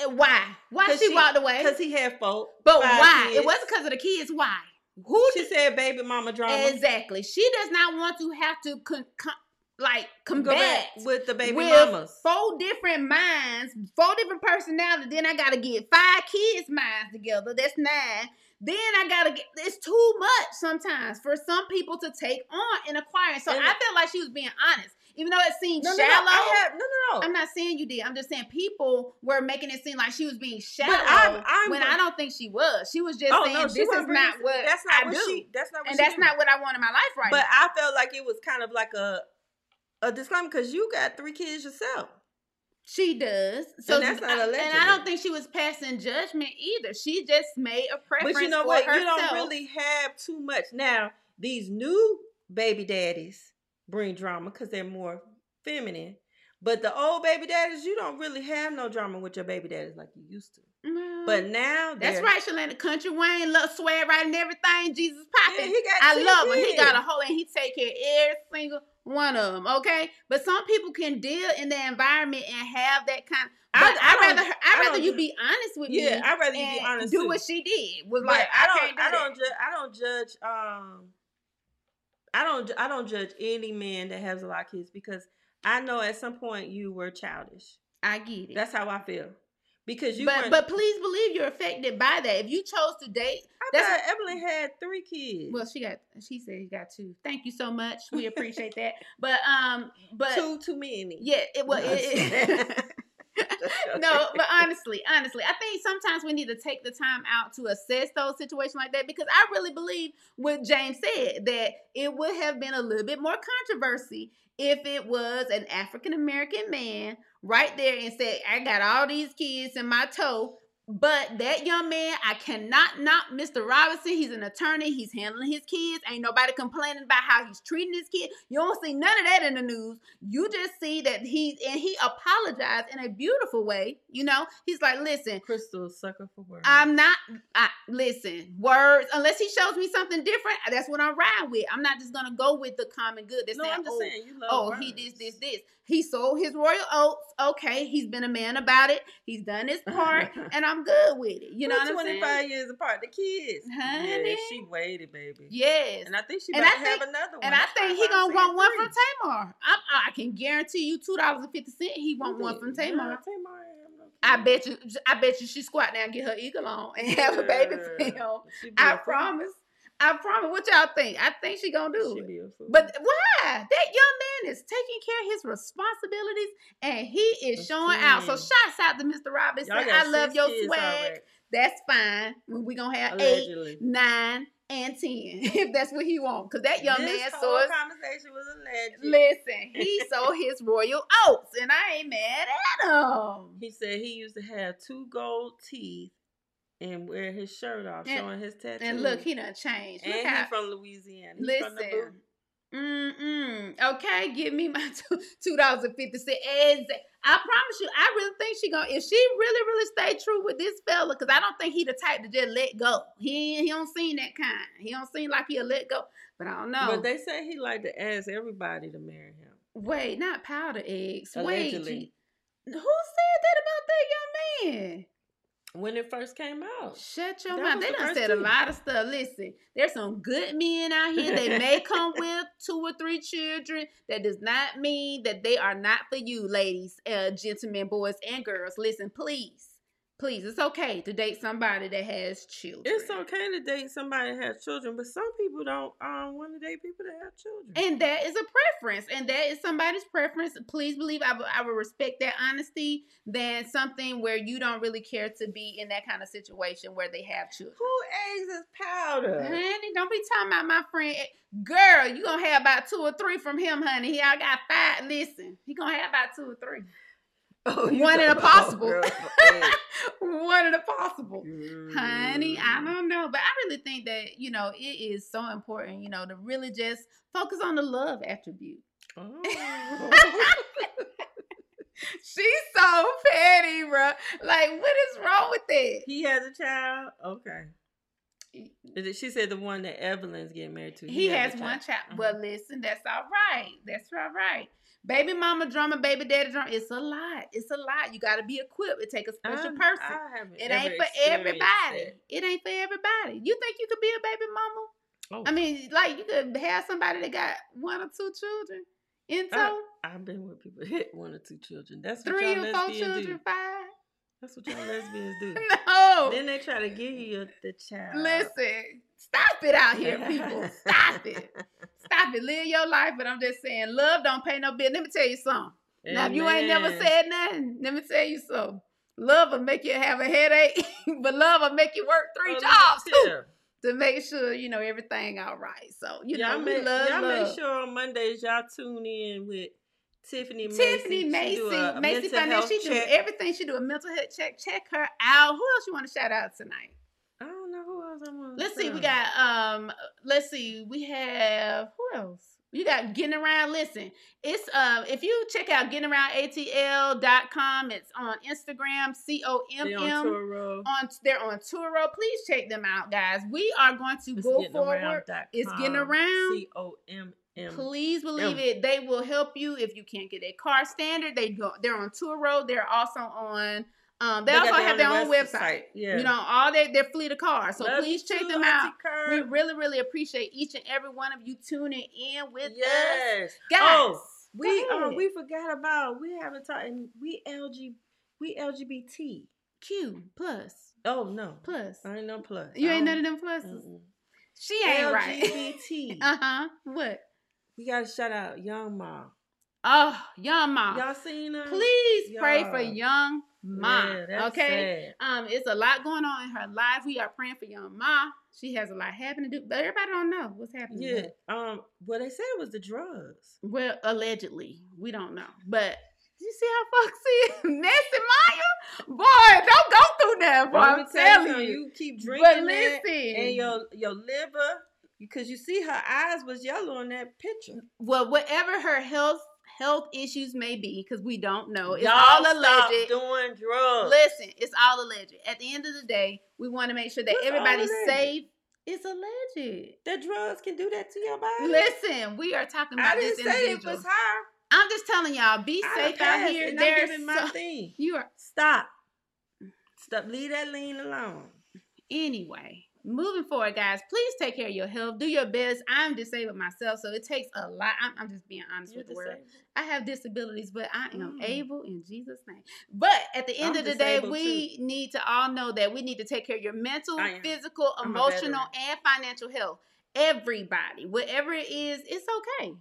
S4: eh, why? Why
S3: 'Cause
S4: she,
S3: she-
S4: walked away?
S3: because he had four.
S4: But
S3: five
S4: why? It
S3: kids.
S4: wasn't because of the kids. Why?
S3: Who she said, "Baby mama drama."
S4: Exactly. She does not want to have to con- con- like
S3: Go
S4: combat
S3: back with the baby
S4: with
S3: mamas.
S4: four different minds, four different personalities. Then I gotta get five kids' minds together. That's nine. Then I gotta get. It's too much sometimes for some people to take on and acquire. So
S3: And-
S4: I felt like she was being honest, even though it seemed
S3: No, no, no.
S4: shallow.
S3: I have, no, no, no.
S4: I'm not saying you did. I'm just saying people were making it seem like she was being shallow
S3: I'm- I'm
S4: when
S3: a-
S4: I don't think she was. She was just
S3: Oh,
S4: saying
S3: no,
S4: this
S3: she
S4: is
S3: wasn't
S4: not
S3: bringing-
S4: what
S3: that's not
S4: I
S3: what
S4: do,
S3: she. That's not what
S4: and
S3: she
S4: that's
S3: do.
S4: not what I want in my life right
S3: But
S4: now.
S3: I felt like it was kind of like a a disclaimer because you got three kids yourself.
S4: She does. So
S3: that's not
S4: I- And I
S3: allegedly.
S4: don't think she was passing judgment either. She just made a preference.
S3: but you know
S4: for
S3: what?
S4: Herself.
S3: You don't really have too much. Now, these new baby daddies bring drama because they're more feminine. But the old baby daddies, you don't really have no drama with your baby daddies like you used to.
S4: No.
S3: But now
S4: Mm-hmm. that's
S3: they're-
S4: right, Shalana. Country Wayne love swear right and everything. Jesus
S3: Yeah,
S4: popping.
S3: he got
S4: I
S3: 10
S4: love him. He got a
S3: kids.
S4: whole and he take care of every single one of them. Okay, but some people can deal in their environment and have that kind. But I,
S3: I- I don't-
S4: rather her,
S3: I
S4: I rather
S3: don't-
S4: you be honest with me.
S3: Yeah, I'd rather you be
S4: and
S3: honest.
S4: Do
S3: too.
S4: what she did was
S3: But
S4: like
S3: I
S4: can't
S3: don't.
S4: do
S3: I
S4: that.
S3: don't. Ju- I don't judge. Um, I don't. ju- I don't judge any man that has a lot of kids because I know at some point you were childish.
S4: I get it.
S3: That's how I feel because you.
S4: but
S3: weren't-
S4: but please believe you're affected by that. If you chose to date,
S3: I
S4: that's-
S3: thought Evelyn had three kids.
S4: well, she got she said you got two. Thank you so much. We appreciate that. But um, but
S3: two too many.
S4: yeah, it was.
S3: No,
S4: it,
S3: it's- That's
S4: no,
S3: okay.
S4: but honestly, honestly, I think sometimes we need to take the time out to assess those situations like that because I really believe what James said that it would have been a little bit more controversy if it was an African American man right there and said, I got all these kids in my toe. But that young man, I cannot knock Mr. Robinson. He's an attorney. He's handling his kids. Ain't nobody complaining about how he's treating his kid. You don't see none of that in the news. You just see that he and he apologized in a beautiful way. You know, he's like, listen,
S3: Crystal is sucker for words.
S4: I'm not. I, listen, words. Unless he shows me something different, that's what I'm riding with. I'm not just gonna go with the common good. That's
S3: no,
S4: not,
S3: I'm just
S4: oh,
S3: saying you love.
S4: Oh, he
S3: words.
S4: did this, this. He sold his royal oats. Okay, he's been a man about it. He's done his part, and I'm good with it. You know
S3: We're
S4: what I'm
S3: 25
S4: saying?
S3: years apart. The kids. Yeah,
S4: Honey.
S3: she waited, baby.
S4: Yes.
S3: And I think she
S4: And
S3: about
S4: I
S3: to have
S4: think-
S3: another one.
S4: And I
S3: That's
S4: think
S3: why
S4: he
S3: I'm
S4: gonna
S3: saying
S4: want one
S3: three.
S4: from Tamar. I, I can guarantee you two dollars and fifty cent. He want one from Tamar. I bet you. I bet you she squat down, and get her eagle on, and have a baby film. I promise. I promise. What y'all think? I think she gonna do it. But why? That young man is taking care of his responsibilities and he is
S3: That's
S4: showing out. So
S3: true.
S4: shouts out to Mr. Robinson. I love your swag. That's fine. We're gonna have eight,
S3: Allegedly.
S4: nine, and ten. If that's what he wants. Cause that young
S3: this
S4: man
S3: whole
S4: saw his
S3: conversation was alleged.
S4: listen, he sold his royal oats, and I ain't mad at him.
S3: He said he used to have two gold teeth and wear his shirt off,
S4: And-
S3: showing his tattoo.
S4: And look, he done changed. Look
S3: and
S4: how
S3: he from Louisiana. He from the
S4: Listen. Mm-mm. Okay, give me my two two dollars and fifty cents. I promise you, I really think she gonna if she really, really stay true with this fella, because I don't think he the type to just let go. He ain't- he don't seem that kind. He don't seem like he'll let go. But I don't know.
S3: But they say he like to ask everybody to marry him.
S4: Wait, not powder eggs.
S3: Allegedly.
S4: Wait, G- who said that about that young man?
S3: When it first came out,
S4: Shut your
S3: That
S4: mouth.
S3: was
S4: They
S3: the
S4: done
S3: first
S4: said a
S3: two.
S4: lot of stuff. Listen, there's some good men out here. They may come with two or three children. That does not mean that they are not for you, ladies, uh, gentlemen, boys, and girls. Listen, please, please, it's okay to date somebody that has children.
S3: it's okay to date somebody that has children, but some people don't um, want to date people that have children.
S4: And that is a preference, and that is somebody's preference. Please believe I would- I would respect that honesty than something where you don't really care to be in that kind of situation where they have children.
S3: Who eggs is powder?
S4: Honey, don't be talking about my friend. Eh, Girl, you gonna have about two or three from him, honey. He I got five. Listen, he gonna have about two or three.
S3: Oh,
S4: One
S3: talking
S4: in a
S3: about
S4: possible.
S3: girl for eggs.
S4: One of the possible. Honey, I
S3: Mm.
S4: don't know. But I really think that, you know, it is so important, you know, to really just focus on the love attribute.
S3: Oh.
S4: She's so petty, bruh. Like, what is wrong with that?
S3: he has a child. Okay. Is it- She said the one that Evelyn's getting married to.
S4: He
S3: has
S4: has
S3: a
S4: one child.
S3: Mhm.
S4: Well, listen, that's all right. That's all right. Baby mama drama, baby daddy drama. It's a lot. It's a lot. You got to be equipped. It takes a special
S3: I'm-
S4: person.
S3: I haven't
S4: it
S3: ever
S4: ain't for
S3: experienced
S4: everybody.
S3: that.
S4: It ain't for everybody. You think you could be a baby mama?
S3: Oh.
S4: I mean, like you could have somebody that got one or two children, in
S3: Uh,
S4: tow,
S3: I've been with people that hit one or two children. That's what
S4: three
S3: y'all
S4: or four
S3: lesbians
S4: children,
S3: do.
S4: five.
S3: That's what y'all lesbians do.
S4: No,
S3: Then they try to give you your- the child.
S4: listen, stop it out here, people. Stop it. Stop it. Live your life. But I'm just saying, love don't pay no bill. Let me tell you something. Now, if you ain't never
S3: Amen.
S4: said nothing, let me tell you something. Love will make you have a headache, but love will make you work three
S3: Well,
S4: jobs too
S3: yeah.
S4: to make sure you know everything all right. So you
S3: y'all
S4: know
S3: make,
S4: we love
S3: y'all
S4: love.
S3: make sure on Mondays y'all tune in with Tiffany Macy.
S4: Tiffany
S3: She do a
S4: Macy, Macy
S3: mental
S4: Finance,
S3: health
S4: she do
S3: check.
S4: everything. She do a mental health check. Check her out. Who else you want to shout out tonight?
S3: I don't know who else I'm on.
S4: Let's see. We got um. Let's see. We have who else? You got getting around. Listen, it's um. If you check out getting around atl.com, it's on Instagram. C O M
S3: They on
S4: M. um,
S3: tour row.
S4: On they're on Turo. Please check them out, guys. We are going to
S3: It's
S4: go
S3: getting
S4: forward.
S3: around.com.
S4: It's getting around.
S3: C O M M.
S4: Please believe
S3: M.
S4: it. They will help you if you can't get a car standard. They go. They're on Turo. They're also on. Um, they,
S3: They got
S4: also
S3: their
S4: have
S3: own
S4: their own
S3: website.
S4: website.
S3: Yeah.
S4: You know, all they their fleet of cars. So
S3: Love
S4: please
S3: you
S4: check
S3: too,
S4: them
S3: Auntie
S4: out. We
S3: Kerr.
S4: really, really appreciate each and every one of you tuning in with us.
S3: Yes.
S4: Guys,
S3: Oh,
S4: go
S3: We uh,
S4: ahead.
S3: we forgot about we haven't talked and we LG we LGBT.
S4: Q plus
S3: Oh no.
S4: plus.
S3: I ain't no plus.
S4: You
S3: I
S4: ain't none
S3: don't-
S4: of them pluses.
S3: Mm-mm.
S4: She ain't right.
S3: LGBT.
S4: uh huh. What?
S3: we gotta shout out Young Ma.
S4: Oh, young mom.
S3: Y'all seen her?
S4: please pray for
S3: Y'all.
S4: young mom.
S3: Yeah, that's
S4: okay.
S3: sad.
S4: Um, it's a lot going on in her life. We are praying for young Ma. She has a lot happening to do, but everybody don't know what's happening. to
S3: Yeah.
S4: her.
S3: Um. What they said was the drugs.
S4: Well, allegedly, we don't know. But did you see how Foxy is? Messy Maya? Boy, don't go through that, boy.
S3: Let me
S4: I'm
S3: tell you
S4: telling
S3: something,
S4: you.
S3: keep
S4: But
S3: drinking that, and
S4: listen,
S3: your your liver, because you see her eyes was yellow in that picture.
S4: well, whatever her health health issues may be, because we don't know, it's
S3: Y'all
S4: all
S3: stop
S4: alleged.
S3: Doing drugs.
S4: Listen, it's all alleged. At the end of the day, we want to make sure that
S3: What's all
S4: everybody's
S3: alleged?
S4: safe. It's alleged.
S3: that drugs can do that to your body.
S4: Listen, we are talking
S3: I
S4: about
S3: didn't
S4: this
S3: say it
S4: individual.
S3: was her.
S4: I'm just telling y'all, be
S3: I done
S4: safe out
S3: passed,
S4: here.
S3: And I'm
S4: There's
S3: giving my
S4: so,
S3: thing.
S4: you are
S3: Stop. Stop. Leave that lean alone.
S4: anyway. Moving forward, guys, please take care of your health. Do your best. I'm disabled myself, so it takes a lot. I'm, I'm just being honest
S3: You're
S4: with the world.
S3: disabled.
S4: I have disabilities, but I am
S3: Mm.
S4: able in Jesus' name. But at the end
S3: I'm
S4: of the day,
S3: disabled
S4: we need to all know that we need to take care of your mental,
S3: I am.
S4: physical,
S3: I'm a
S4: emotional, and financial health. Everybody, whatever it is, it's okay.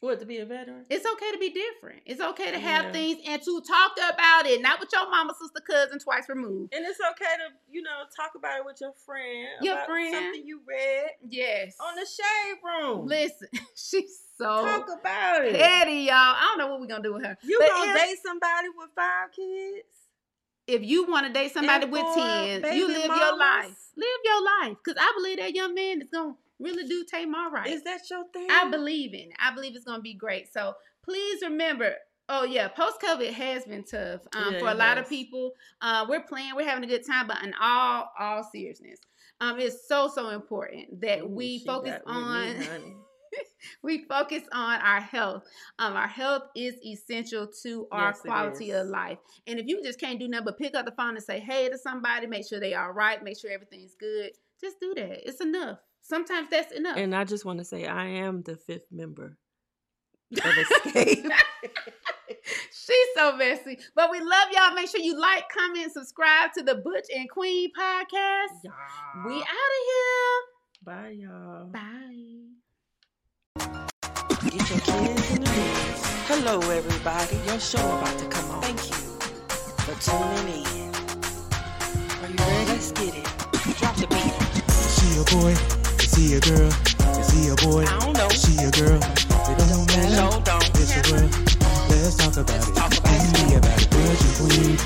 S3: What to be a veteran?
S4: It's okay to be different. It's okay to have
S3: Yeah.
S4: things and to talk about it, not with your mama, sister, cousin twice removed.
S3: And it's okay to, you know, talk about it with your friend.
S4: Your
S3: about
S4: friend.
S3: Something you read
S4: Yes.
S3: on the shade room.
S4: Listen, she's so
S3: Talk about it.
S4: petty, y'all. I don't know what we're gonna do with her.
S3: You
S4: But
S3: gonna
S4: it's-
S3: date somebody with five kids?
S4: If you want to date somebody with
S3: for
S4: ten, you
S3: baby
S4: live your
S3: mamas.
S4: life. Live your life, because I believe that young man is gonna really do Tamar right.
S3: Is that your thing?
S4: I believe in. I believe it's gonna be great. So please remember. Oh yeah, post COVID has been tough um,
S3: Yeah,
S4: for a
S3: it
S4: lot of
S3: has.
S4: people. Uh, we're playing, we're having a good time, but in all all seriousness, um, it's so so important that
S3: Ooh,
S4: we
S3: she
S4: focus
S3: got with
S4: on
S3: me, honey.
S4: we focus on our health. Um, our health is essential to our
S3: Yes, it
S4: quality of
S3: is.
S4: life. And if you just can't do nothing but pick up the phone and say hey to somebody, make sure they all right, make sure everything's good. Just do that. It's enough. Sometimes that's enough.
S3: And I just want to say, I am the fifth member of Escape.
S4: She's so messy. But we love y'all. Make sure you like, comment, subscribe to the Butch and Queen podcast. We out of
S3: Bye,
S4: here.
S3: y'all.
S4: Bye.
S1: Get your kids in the mix. Hello, everybody. Your show about to come on. Thank you for tuning in. Are you ready? Let's get it. Drop the beat.
S2: Is she a boy? Is he a girl? Is he a boy?
S1: I don't know.
S2: Is she a girl? It don't matter.
S1: No, don't.
S2: It's a girl. Let's talk about it.
S1: talk about it.
S2: Tell me about it. Butch and Queen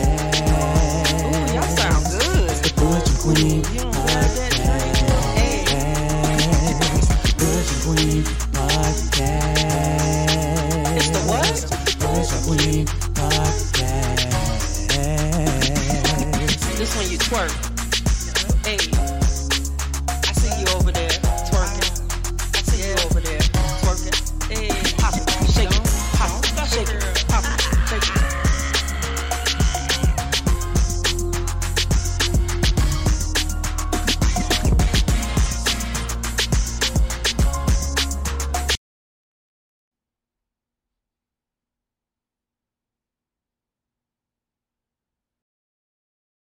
S2: podcast.
S1: Ooh, y'all sound good.
S2: The Butch and Queen
S1: You don't love that thing? Hey,
S2: podcast. Butch and Queen podcast.
S1: it's the what?
S2: Butch and Queen podcast.
S1: This when you twerk. Hey.